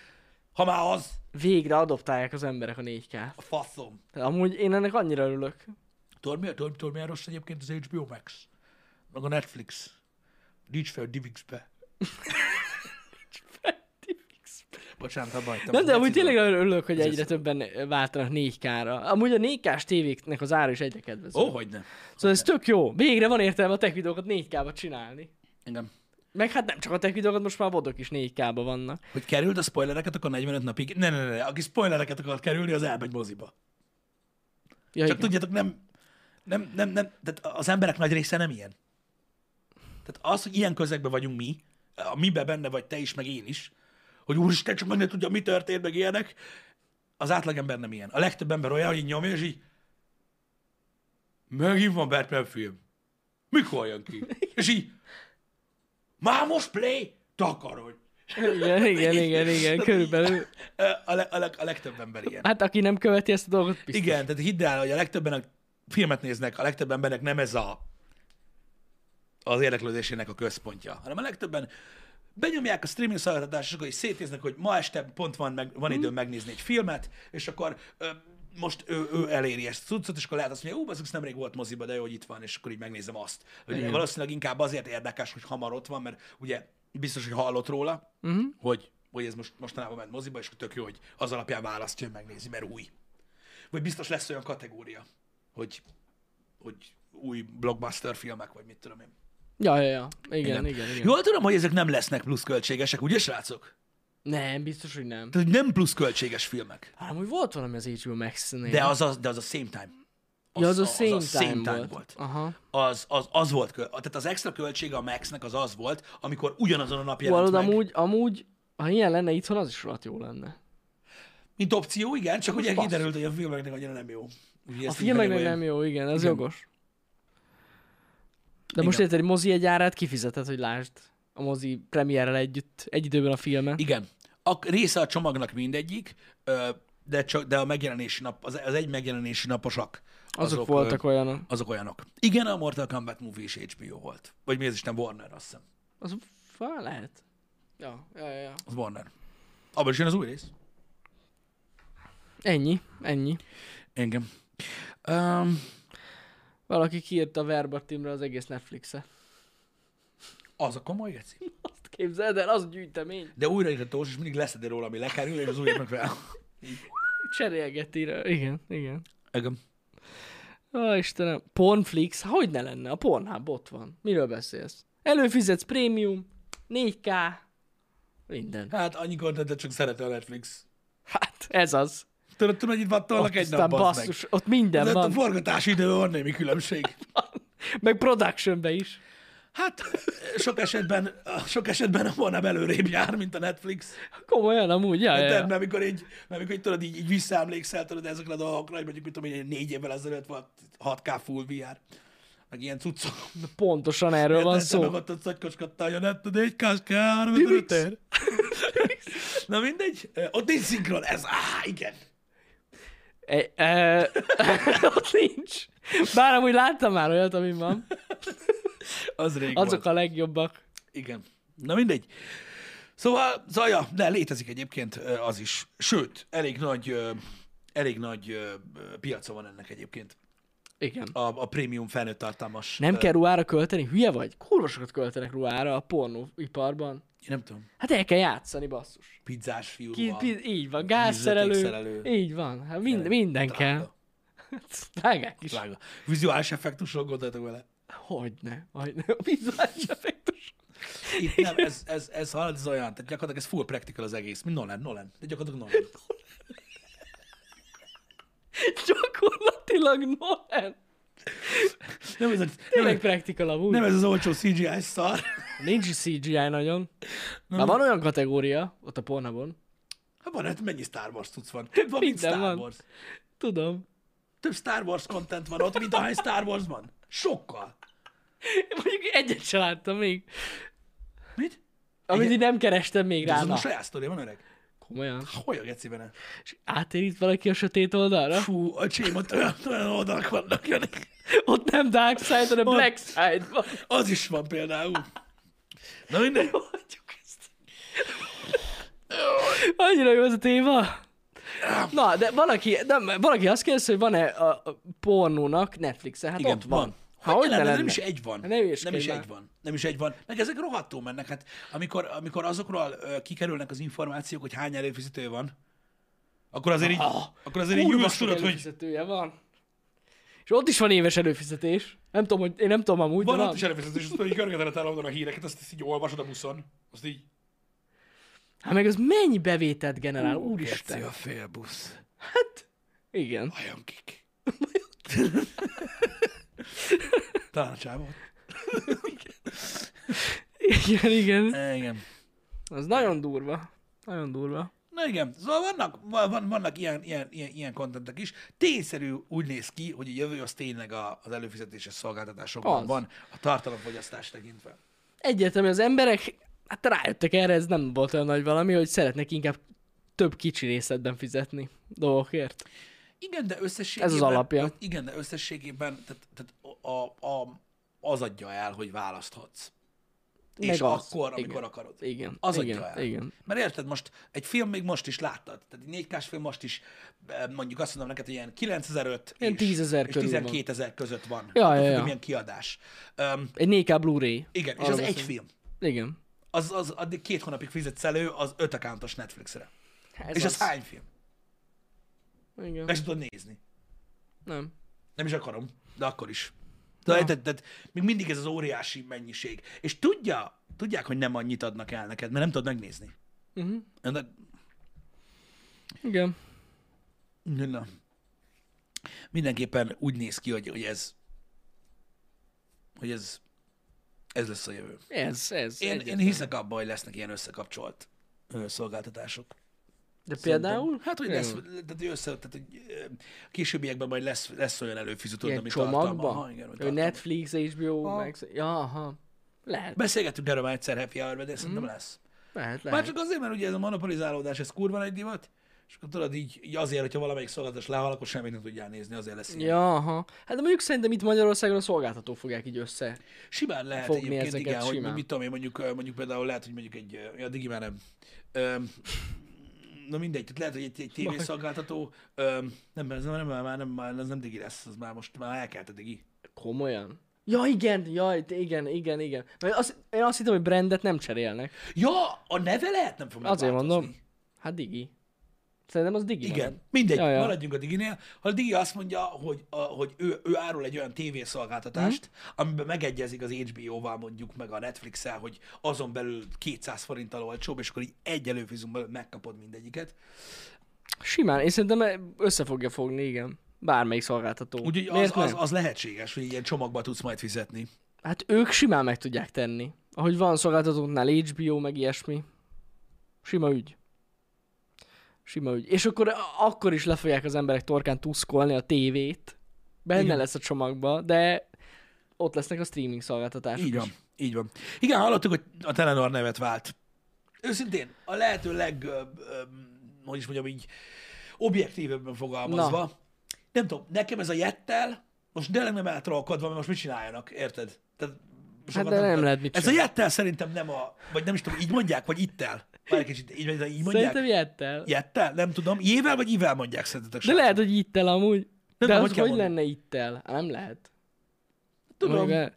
S1: ha már az,
S2: Végre adoptálják az emberek a 4K-t.
S1: a faszom.
S2: Tehát Amúgy én ennek annyira örülök.
S1: Tudod, mi, tudod, tudod, milyen rossz egyébként az HBO Max? Meg a Netflix. Nincs fel a DivX-be. Bocsánat, abba hagytam.
S2: Nem, de amúgy tényleg örülök, hogy
S1: Ez
S2: egyre
S1: az-
S2: többen váltanak 4K-ra. Amúgy a 4K-s tévéknek az ára is egyre kedvező.
S1: Ó, hogy nem.
S2: Szóval ez tök jó. Végre van értelme a tech videókat 4K-ba csinálni.
S1: Engem.
S2: Meg hát nem csak a tech videókat, most már a vodok is 4K-ba vannak.
S1: Hogy került a spoilereket, akkor 45 napig... Ne, ne, ne, ne. aki spoilereket akar kerülni, az elmegy moziba.
S2: Ja,
S1: Csak
S2: igen.
S1: tudjátok, nem, nem, nem, nem, tehát az emberek nagy része nem ilyen. Tehát az, hogy ilyen közegben vagyunk mi, a mibe benne vagy te is, meg én is, hogy úristen, csak meg ne tudja, mi történt, meg ilyenek, az átlagember nem ilyen. A legtöbb ember olyan, hogy így nyomja, és így megint van Batman film. Mikor jön ki? És így már most play, takarodj.
S2: igen, igen, igen, igen, körülbelül.
S1: A, le, a, leg, a legtöbb ember ilyen.
S2: Hát aki nem követi ezt a dolgot, biztos.
S1: Igen, tehát hidd el, hogy a legtöbben a filmet néznek, a legtöbb embernek nem ez a az érdeklődésének a központja, hanem a legtöbben benyomják a streaming szolgáltatást, és akkor is szétnéznek, hogy ma este pont van, meg, van időm megnézni egy filmet, és akkor ö, most ő, ő eléri ezt a cuccot, és akkor lehet azt mondja, ú, ez nemrég volt moziba, de jó, hogy itt van, és akkor így megnézem azt. Hogy ugye valószínűleg inkább azért érdekes, hogy hamar ott van, mert ugye biztos, hogy hallott róla, uh-huh. hogy, hogy ez most mostanában ment moziba, és tök jó, hogy az alapján választja, hogy megnézi, mert új. Vagy biztos lesz olyan kategória, hogy, hogy új blockbuster filmek, vagy mit tudom én.
S2: Ja, ja, ja. Igen, igen, igen. igen.
S1: Jól tudom, hogy ezek nem lesznek pluszköltségesek, ugye srácok?
S2: Nem, biztos, hogy nem.
S1: Tehát hogy nem pluszköltséges filmek.
S2: Hát amúgy volt valami az HBO Max-nél.
S1: De az a, de az a same time.
S2: ja, az a, same,
S1: az
S2: time, volt. Aha.
S1: Az, az, az volt, köl- tehát az extra költsége a Maxnek az az volt, amikor ugyanazon a nap jelent
S2: Valód,
S1: meg.
S2: amúgy, amúgy, ha ilyen lenne itthon, az is rohadt jó lenne.
S1: Mint opció, igen, csak ugye
S2: Basz.
S1: kiderült, hogy a filmeknek annyira nem jó. Ugye
S2: A
S1: ezt így
S2: filmeknek
S1: anyway-
S2: nem jó, igen, ez
S1: Igen.
S2: jogos. De most
S1: Igen.
S2: érted, egy mozi egy árát kifizetett, hogy lásd a mozi premierrel együtt, egy időben a filmen.
S1: Igen. A része a csomagnak mindegyik, ö, de, csak, de a megjelenési nap, az, az egy megjelenési naposak.
S2: Azok,
S1: ö,
S2: voltak olyanok.
S1: Azok olyanok. Igen, a Mortal Kombat movie is HBO volt. Vagy mi ez Isten, Warner, azt hiszem.
S2: Az fá, lehet. Ja, ja, ja, ja.
S1: Az Warner. Abban is jön az új rész.
S2: Ennyi, ennyi.
S1: Engem. Um,
S2: Valaki kiírta verbatimra az egész Netflix-e.
S1: az a komoly geci.
S2: Azt képzeld el, az gyűjtemény.
S1: De újraíratós, és mindig leszed róla, ami lekerül, és az újat meg fel.
S2: Cserélgeti rá. Igen, igen.
S1: Engem.
S2: Ó, Istenem. Pornflix? Hogy ne lenne? A Pornhub ott van. Miről beszélsz? Előfizetsz prémium, 4K, minden.
S1: Hát annyi kontentet csak szereti a Netflix.
S2: Hát, ez az.
S1: Tudod, tudod, hogy itt vattolnak egy
S2: Aztán
S1: nap, bazd meg.
S2: basszus, ott minden
S1: Tehát a
S2: van.
S1: forgatási időben van némi különbség.
S2: Meg productionbe is.
S1: Hát sok esetben, sok esetben a Warner előrébb jár, mint a Netflix.
S2: Komolyan amúgy, ja, ja,
S1: Érted?
S2: ja.
S1: Mert amikor így, mert amikor így, tudod, így, így visszaemlékszel, tudod, ezekre a dolgokra, hogy mondjuk, mit tudom én, négy évvel ezelőtt volt 6K full VR, meg ilyen cuccok.
S2: Pontosan erről van
S1: Érted? Te
S2: szó.
S1: Meg ott ott szagykoskodtál, jön ett a 4 k 3
S2: Divix.
S1: Na mindegy, Ö, ott nincs szinkron, ez, á, igen.
S2: E, e, ott nincs. Bár amúgy láttam már olyat, ami van.
S1: Az rég
S2: Azok a legjobbak.
S1: Igen. Na mindegy. Szóval, zaja, de létezik egyébként ö, az is. Sőt, elég nagy, ö, elég nagy ö, ö, piaca van ennek egyébként.
S2: Igen.
S1: A, a prémium felnőtt tartalmas.
S2: Nem
S1: ö,
S2: kell ruhára költeni? Hülye vagy? Kurva sokat költenek ruhára a pornóiparban.
S1: Én nem tudom.
S2: Hát el kell játszani, basszus.
S1: Pizzás fiú.
S2: Ki, pi, így van, gázszerelő.
S1: Vízvezetékszerelő.
S2: Így van, hát mind, minden kell. Drágák is.
S1: Drága. Vizuális effektusról gondoltak vele.
S2: Hogyne, hogyne. A vizuális effektus.
S1: Itt nem, ez, ez, ez, halad, ez olyan, tehát gyakorlatilag ez full practical az egész, mint Nolan, Nolan, de gyakorlatilag Nolan.
S2: Gyakorlatilag Nolan.
S1: Nem ez, a, nem,
S2: hát, Tényleg
S1: ez-
S2: practical amúgy.
S1: nem ez az olcsó CGI szar.
S2: Nincs CGI nagyon. Már van olyan kategória, ott a pornabon.
S1: Hát van, hát mennyi Star Wars tudsz van? Több van, mint
S2: Minden
S1: Star
S2: van.
S1: Wars.
S2: Tudom.
S1: Több Star Wars content van ott, mint ahány Star Wars van. Sokkal.
S2: Mondjuk egyet sem láttam még.
S1: Mit?
S2: Amit
S1: Igen.
S2: így nem kerestem még
S1: De
S2: rá.
S1: az a
S2: Na.
S1: saját sztori van öreg.
S2: Komolyan.
S1: Hogy a gecibene?
S2: És átérít valaki a sötét oldalra?
S1: Fú, öcsém, ott olyan, olyan oldalak vannak, Jani.
S2: Ott nem Dark Side, hanem
S1: Ott.
S2: Black Side van.
S1: Az is van például. Na mindegy.
S2: Hagyjuk ezt. Annyira jó ez a téma. Na, de valaki, nem, valaki azt kérdezi, hogy van-e a a pornónak Netflix-e? Hát
S1: Igen,
S2: ott van.
S1: van.
S2: Ha hogy ne
S1: lenne,
S2: lenne?
S1: nem is egy van.
S2: Ne hülyeskedj
S1: nem is
S2: már.
S1: egy van. Nem is egy van. Meg ezek rohadtul mennek. Hát, amikor, amikor azokról ö, kikerülnek az információk, hogy hány előfizető van, akkor azért így,
S2: Ah,
S1: akkor azért így
S2: Kurva
S1: ülsz,
S2: sok
S1: tudod, hogy
S2: előfizetője van. És ott is van éves előfizetés. Nem tudom, hogy én nem tudom amúgy,
S1: van
S2: de
S1: ott is előfizetés, és tudod, hogy görgeteled el oldalon a híreket, azt azt így olvasod a buszon. Azt így...
S2: Hát meg az mennyi bevételt generál, úristen.
S1: Keci a fél busz.
S2: Hát, igen.
S1: Vajon kik? Talán a csávó.
S2: Igen, igen.
S1: E, igen.
S2: Az nagyon durva. Nagyon durva.
S1: Na igen, szóval vannak, va- van, vannak ilyen, ilyen, ilyen, ilyen kontentek is. Tényszerű úgy néz ki, hogy a jövő az tényleg a, az előfizetéses szolgáltatásokban
S2: Az.
S1: van, a tartalomfogyasztás tekintve.
S2: Egyértelmű, az emberek, hát rájöttek erre, ez nem volt olyan nagy valami, hogy szeretnek inkább több kicsi részletben fizetni dolgokért.
S1: Igen, de összességében...
S2: alapja.
S1: Igen, de összességében tehát, tehát a, a, az adja el, hogy választhatsz.
S2: Meg
S1: és
S2: az.
S1: akkor, amikor
S2: Igen.
S1: akarod.
S2: Igen.
S1: Az
S2: igen,
S1: adja el.
S2: igen.
S1: Mert érted, most egy film még most is láttad. Tehát egy 4 film most is, eh, mondjuk azt mondom neked, hogy ilyen 9005
S2: Ilyen
S1: és,
S2: 10.000
S1: és
S2: körül van.
S1: 12 ezer között van.
S2: Ja,
S1: Attól
S2: ja,
S1: függ,
S2: ja.
S1: hogy Milyen kiadás. Um,
S2: Egy 4K Blu-ray.
S1: igen, és
S2: Arra
S1: az egy
S2: beszélünk.
S1: film.
S2: Igen.
S1: Az, az addig két hónapig fizetsz elő az öt accountos Netflixre.
S2: Ez
S1: és az, hány film?
S2: Igen.
S1: Meg sem tudod nézni.
S2: Nem.
S1: Nem is akarom, de akkor is. Tehát, tehát, tehát még mindig ez az óriási mennyiség. És tudja, tudják, hogy nem annyit adnak el neked, mert nem tudod megnézni.
S2: Uh-huh.
S1: De,
S2: Igen.
S1: na. Mindenképpen úgy néz ki, hogy, hogy ez hogy ez ez lesz a jövő.
S2: Ez, ez.
S1: Én, én
S2: egyértelmű.
S1: hiszek abban, hogy lesznek ilyen összekapcsolt ö, szolgáltatások.
S2: De például?
S1: Hát, hogy
S2: Igen.
S1: lesz, tehát, hogy össze, tehát, hogy ö, későbbiekben majd lesz, lesz olyan előfizetőd,
S2: Ilyen
S1: ami tartalma.
S2: csomagban?
S1: Ha, igen, ami
S2: Hogy
S1: tartalma.
S2: Netflix, HBO, Max... Ja, aha. Lehet,
S1: Beszélgettünk erről már egyszer Happy hour de szerintem lesz.
S2: Mhm. lehet,
S1: Már
S2: lehet.
S1: csak azért, mert ugye ez a monopolizálódás, ez kurva nagy divat, és akkor tudod így, így azért, hogyha valamelyik szolgáltatás lehal, akkor semmit nem tudjál nézni, azért lesz ilyen.
S2: Ja, aha. Hát de mondjuk szerintem itt Magyarországon a szolgáltatók fogják így össze.
S1: Simán lehet
S2: Fogni
S1: egyébként,
S2: ezeket
S1: igen, hogy
S2: simán.
S1: mit tudom én, mondjuk, ö, mondjuk például lehet, hogy mondjuk egy, ö, ja, Digi már nem. Öm, na mindegy, tehát lehet, hogy egy, egy tévészolgáltató, öm, nem, ez nem, már, már nem, már ez nem Digi lesz, az már most már elkelt a Digi.
S2: Komolyan? Ja, igen, jaj, te- igen, igen, igen. Mert azt, én azt hittem, hogy brandet nem cserélnek.
S1: Ja, a neve lehet nem fog
S2: Azért
S1: megváltozni.
S2: mondom. Hát Digi. Szerintem az Digi
S1: Igen,
S2: marad.
S1: mindegy,
S2: Ja,
S1: ja,
S2: ja.
S1: ja. maradjunk a Diginél. Ha a Digi azt mondja, hogy, a, hogy ő, ő árul egy olyan tévészolgáltatást,
S2: Mhm.
S1: amiben megegyezik az HBO-val mondjuk, meg a Netflix-el, hogy azon belül 200 forinttal olcsóbb, és akkor így egy előfizum belül megkapod mindegyiket.
S2: Simán, én szerintem eh, össze fogja fogni, igen. Bármelyik szolgáltató.
S1: Úgyhogy az,
S2: Miért
S1: az,
S2: nem?
S1: az lehetséges, hogy ilyen csomagba tudsz majd fizetni.
S2: Hát ők simán meg tudják tenni. Ahogy van szolgáltatóknál HBO, meg ilyesmi. Sima ügy. Sima ügy. És akkor, akkor is le fogják az emberek torkán tuszkolni a tévét. Benne
S1: Igen.
S2: lesz a csomagba, de ott lesznek a streaming szolgáltatások
S1: Így
S2: is.
S1: van, így van. Igen, hallottuk, hogy a Telenor nevet vált. Őszintén, a lehető leg, ö, ö, hogy is mondjam így, objektívebben fogalmazva.
S2: Na.
S1: Na. Nem tudom, nekem ez a jettel, most tényleg nem eltrolkodva, mert most mit csináljanak, érted? Tehát sokat
S2: Hát de nem
S1: tudom.
S2: lehet mit
S1: Ez a jettel szerintem nem a, vagy nem is tudom, így mondják, vagy ittel. Már egy kicsit, így, vagy így mondják.
S2: Szerintem jött el.
S1: Jettel? Nem tudom. Jével vagy ivel mondják szerintetek?
S2: De
S1: srácok?
S2: lehet, hogy itt el amúgy.
S1: Nem
S2: de
S1: tudom,
S2: az
S1: hogy
S2: hogy,
S1: kell mondani.
S2: lenne itt el? Hát Nem lehet.
S1: Tudom.
S2: Mondjuk el-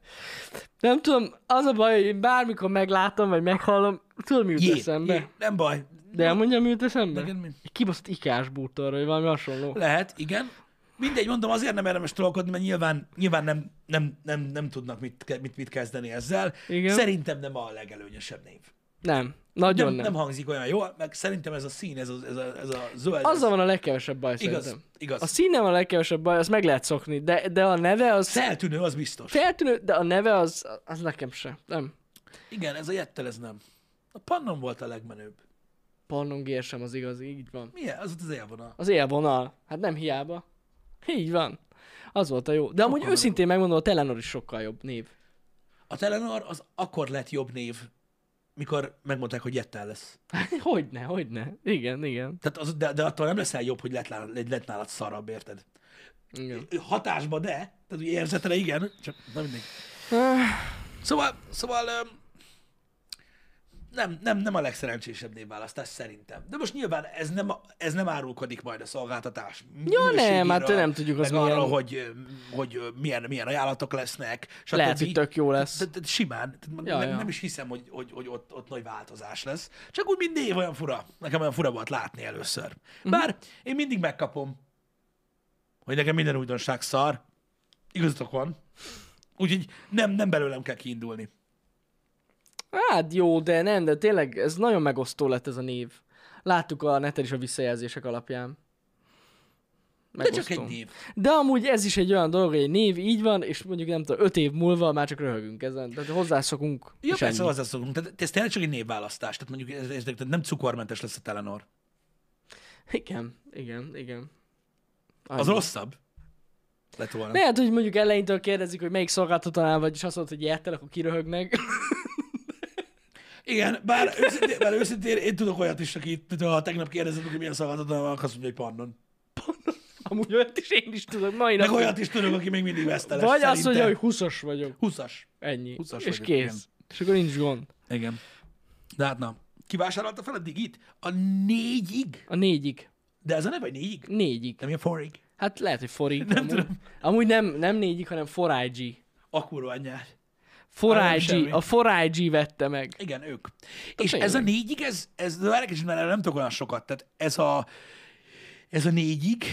S2: Nem tudom, az a baj, hogy én bármikor meglátom, vagy meghallom, tudom, mi jut
S1: Jé,
S2: eszembe.
S1: jé, nem baj.
S2: De elmondjam, mi jut eszembe?
S1: Neked mi?
S2: Egy kibaszott ikás bútorra, vagy valami hasonló.
S1: Lehet, igen. Mindegy, mondom, azért nem érdemes trollkodni, mert nyilván, nyilván nem, nem, nem, nem tudnak mit, ke- mit, mit kezdeni ezzel.
S2: Igen.
S1: Szerintem nem a legelőnyösebb név.
S2: Nem. Nagyon
S1: Nem,
S2: nem.
S1: nem. hangzik olyan jól, meg szerintem ez a szín, ez a, ez a, ez a zöld.
S2: Azzal van a legkevesebb baj
S1: igaz,
S2: szerintem.
S1: igaz.
S2: A
S1: A
S2: színe van a legkevesebb baj, azt meg lehet szokni, de, de a neve az...
S1: feltűnő, az biztos.
S2: Feltűnő, de a neve az, az nekem se. Nem.
S1: Igen, ez a jettel, ez nem. A pannon volt a legmenőbb.
S2: Pannon Gér sem az igazi, így van.
S1: Milyen? Az ott az élvonal.
S2: Az élvonal. Hát nem hiába. Így van. Az volt a jó. De amúgy
S1: Sokkal
S2: őszintén megmondom, a Telenor is sokkal jobb név.
S1: A Telenor az akkor lett jobb név, mikor megmondták, hogy jettel lesz.
S2: Hogyne, hogyne. Igen, igen.
S1: Tehát az, de, de attól nem leszel jobb, hogy lett, lá- lett nálad szarabb, érted?
S2: igen.
S1: Hatásba de, tehát úgy érzetre igen, csak nem mindegy.
S2: Ah.
S1: Szóval, szóval öm, nem, nem, nem a legszerencsésebb névválasztás szerintem. De most nyilván ez nem, a- ez nem árulkodik majd a szolgáltatás minőségéről,
S2: hát nem tudjuk, az
S1: meg arra,
S2: milyen-
S1: hogy, öm, hogy öm, milyen, milyen ajánlatok lesznek, stb.
S2: Lehet, hogy tök jó lesz.
S1: De, de simán. Tehát
S2: Ja,
S1: ja, nem,
S2: ja.
S1: ja. nem is hiszem, hogy, hogy, hogy ott, ott nagy változás lesz. Csak úgy, mint név olyan fura. Nekem olyan fura volt látni először.
S2: Mhm.
S1: Bár én mindig megkapom, hogy nekem minden újdonság szar. Igazatok van. Úgyhogy nem, nem belőlem kell kiindulni.
S2: Hát jó, de nem, de tényleg ez nagyon megosztó lett ez a név. Láttuk a neten is a visszajelzések alapján.
S1: De csak egy név.
S2: De amúgy ez is egy olyan dolog, hogy egy név így van, és mondjuk nem tudom, öt év múlva már csak röhögünk ezen. Tehát hozzászokunk.
S1: Ja,
S2: és ennyi.
S1: persze hozzászokunk. Tehát ez tényleg csak egy névválasztás. Tehát mondjuk ez, ez, tehát nem cukormentes lesz a Telenor.
S2: Igen, igen, igen.
S1: Az
S2: Annyi.
S1: rosszabb lett volna.
S2: Lehet, hogy mondjuk eleintől kérdezik, hogy melyik szolgáltatónál vagy, és azt mondod, hogy jettel, akkor kiröhögnek.
S1: Igen, bár őszintén, bár őszintén én tudok olyat is, aki itt, ha tegnap kérdezett, hogy milyen szolgáltató van, azt mondja, hogy pannon.
S2: Amúgy olyat is én is tudok, mai
S1: Meg
S2: napig.
S1: olyat is tudok, aki még mindig veszteles.
S2: Vagy azt mondja, hogy 20 vagyok.
S1: 20
S2: Ennyi.
S1: 20-as
S2: és
S1: vagyok,
S2: kész.
S1: igen.
S2: És akkor nincs gond.
S1: Igen. De hát na. Kivásárolta fel a digit? A négyig?
S2: A négyig.
S1: De ez a neve négyig?
S2: Négyig.
S1: Nem ilyen forig?
S2: Hát lehet, hogy forig. Nem amúgy. tudom. Amúgy nem, nem négyig, hanem 4IG.
S1: A kurva anyját. nem
S2: 4IG.
S1: semmi.
S2: A 4IG vette meg.
S1: Igen, ők. és
S2: tényleg.
S1: ez a négyig, ez, ez de várják is, mert erre nem tudok olyan sokat. Tehát ez a, ez a négyig,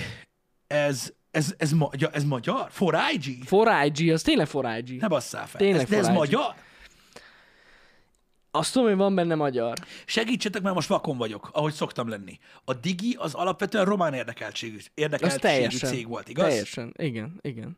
S1: ez, ez, ez, magyar, ez magyar? Forágyi?
S2: 4IG, az tényleg 4IG.
S1: Ne basszál fel.
S2: Tényleg
S1: ez, de ez
S2: forágyi.
S1: magyar?
S2: Azt tudom, hogy van benne magyar.
S1: Segítsetek, mert most vakon vagyok, ahogy szoktam lenni. A Digi az alapvetően román érdekeltségű,
S2: Az
S1: érdekeltségű
S2: teljesen.
S1: cég volt, igaz?
S2: Teljesen, igen, igen.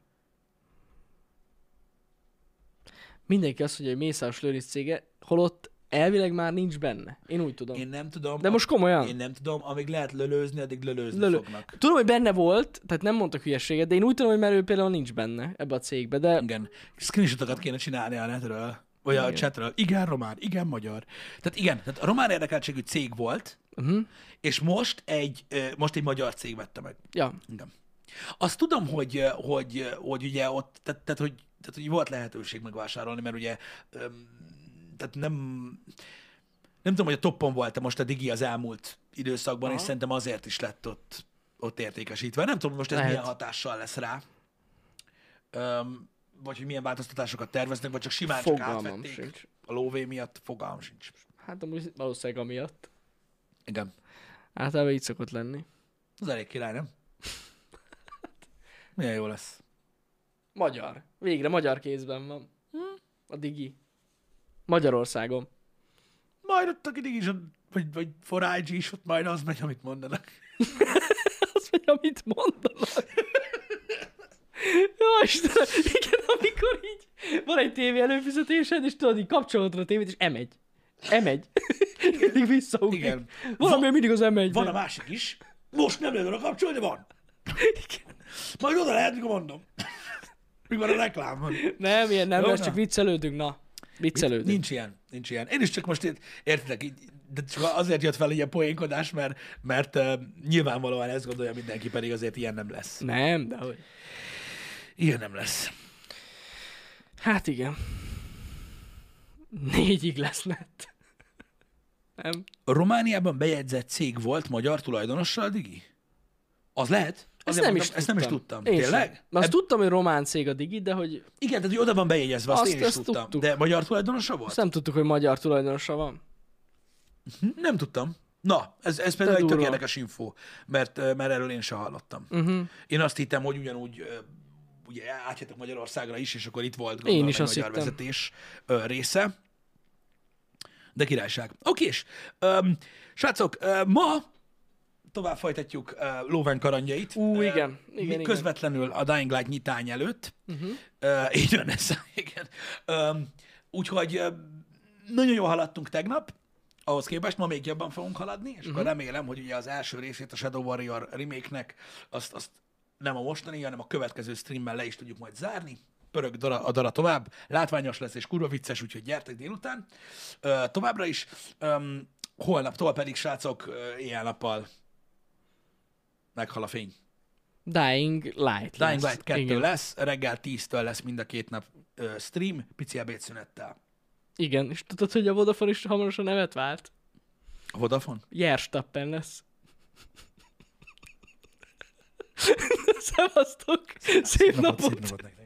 S2: Mindenki azt mondja, hogy Mészáros Lőrinc cége, holott elvileg már nincs benne. Én úgy tudom.
S1: Én nem tudom.
S2: De most komolyan.
S1: Én nem tudom, amíg lehet lölőzni, addig lölőzni
S2: Lölő-
S1: Lölő. fognak.
S2: Tudom, hogy benne volt, tehát nem mondtak hülyeséget, de én úgy tudom, hogy már ő például nincs benne ebbe a cégbe, de
S1: Igen. Screenshotokat kéne csinálni a netről, vagy a chatről. Igen, román, igen, magyar. Tehát igen, tehát a román érdekeltségű cég volt,
S2: Mhm.
S1: és most egy, ö, most egy magyar cég vette meg.
S2: ja,
S1: Igen. Azt tudom, hogy, ö, hogy, ö, hogy ugye ott, tehát, tehát, hogy, tehát, hogy volt lehetőség megvásárolni, mert ugye, öm, tehát nem, nem tudom, hogy a toppon volt-e most a Digi az elmúlt időszakban, Aha. és szerintem azért is lett ott, ott értékesítve. Nem tudom, hogy most ez
S2: Lehet.
S1: Lehet. milyen hatással lesz rá, öm, vagy hogy milyen változtatásokat terveznek, vagy csak simán csak
S2: fogalmam
S1: átvették
S2: sincs.
S1: a lóvé miatt, fogalmam sincs.
S2: Hát amúgy valószínűleg amiatt.
S1: Igen.
S2: Általában így szokott lenni.
S1: Az elég király, nem? Milyen jó lesz.
S2: Magyar. Végre magyar kézben van. A digi. Magyarországon.
S1: majd ott a Digi is, ott- vagy, vagy Forágyi is ott majd az megy, amit mondanak.
S2: Azt mondja, amit mondanak. Jó, Istenem, igen, amikor így van egy tévé előfizetésed, és tudod, így kapcsolod a tévét, és emegy. Emegy. Mindig visszaugrik.
S1: Igen.
S2: Valami mindig az emegy.
S1: Van a másik is. Most nem lehet oda kapcsolni, de van. Majd oda lehet, mikor mondom. Mikor a reklám van.
S2: Nem, ilyen nem,
S1: Jó,
S2: lesz,
S1: na.
S2: csak viccelődünk, na. Viccelődünk.
S1: Nincs ilyen, nincs ilyen. Én is csak most ért- értitek, így- de csak azért jött fel egy ilyen poénkodás, mert, mert uh, nyilvánvalóan ezt gondolja mindenki, pedig azért ilyen nem lesz.
S2: Nem, de hogy.
S1: Ilyen nem lesz.
S2: Hát igen. Négyig lesz net. Nem.
S1: Romániában bejegyzett cég volt magyar tulajdonossal, Digi? Az lehet?
S2: Ezt
S1: Azért
S2: nem,
S1: mondtam,
S2: is
S1: ezt nem is tudtam.
S2: Én
S1: Tényleg?
S2: Sem. Azt tudtam, hogy román cég a Digi, de hogy
S1: Igen, tehát hogy oda van bejegyezve, azt,
S2: Azt-
S1: azt én is
S2: azt
S1: tudtam.
S2: tudtuk.
S1: Tudtuk. De magyar tulajdonosa
S2: azt
S1: volt?
S2: nem tudtuk, hogy magyar tulajdonosa van.
S1: Hm, Nem tudtam. Na, ez, ez például egy tök
S2: durva. Mhm.
S1: érdekes info, mert, ö, mert erről én sem hallottam. Uh-huh. Én azt hittem, hogy ugyanúgy ö, ugye átjöttek Magyarországra is, és akkor itt volt gondolom,
S2: Én is
S1: egy
S2: azt
S1: magyar
S2: hittem.
S1: vezetés ö, része. De királyság. Okés. Um, srácok, uh, ma tovább folytatjuk uh, Lóven karandjait.
S2: Ú,
S1: Ö,
S2: igen,
S1: mi
S2: igen, Mhm. igen.
S1: Közvetlenül a Dying Light nyitány előtt. Uh-huh. Uh, így van ez, igen. Um, úgyhogy uh, nagyon jól haladtunk tegnap, ahhoz képest ma még jobban fogunk haladni, és
S2: Mhm.
S1: uh-huh. akkor remélem, hogy ugye az első részét a Shadow Warrior remake-nek, azt, azt nem a mostani, hanem a következő streammel le is tudjuk majd zárni. Pörög dara, a dara tovább, látványos lesz és kurva vicces, úgyhogy gyertek délután. Uh, továbbra is, um, holnaptól pedig, srácok, uh, éjjel-nappal meghal a fény.
S2: Dying Light.
S1: Dying
S2: lesz.
S1: Light 2
S2: igen.
S1: lesz, reggel 10-től lesz mind a két nap ö, stream, pici ebédszünettel.
S2: igen, és tudod, hogy a Vodafone is hamarosan nevet vált?
S1: A Vodafone?
S2: Jerstappen lesz. Szevasztok! Szép napot!
S1: napot nektek!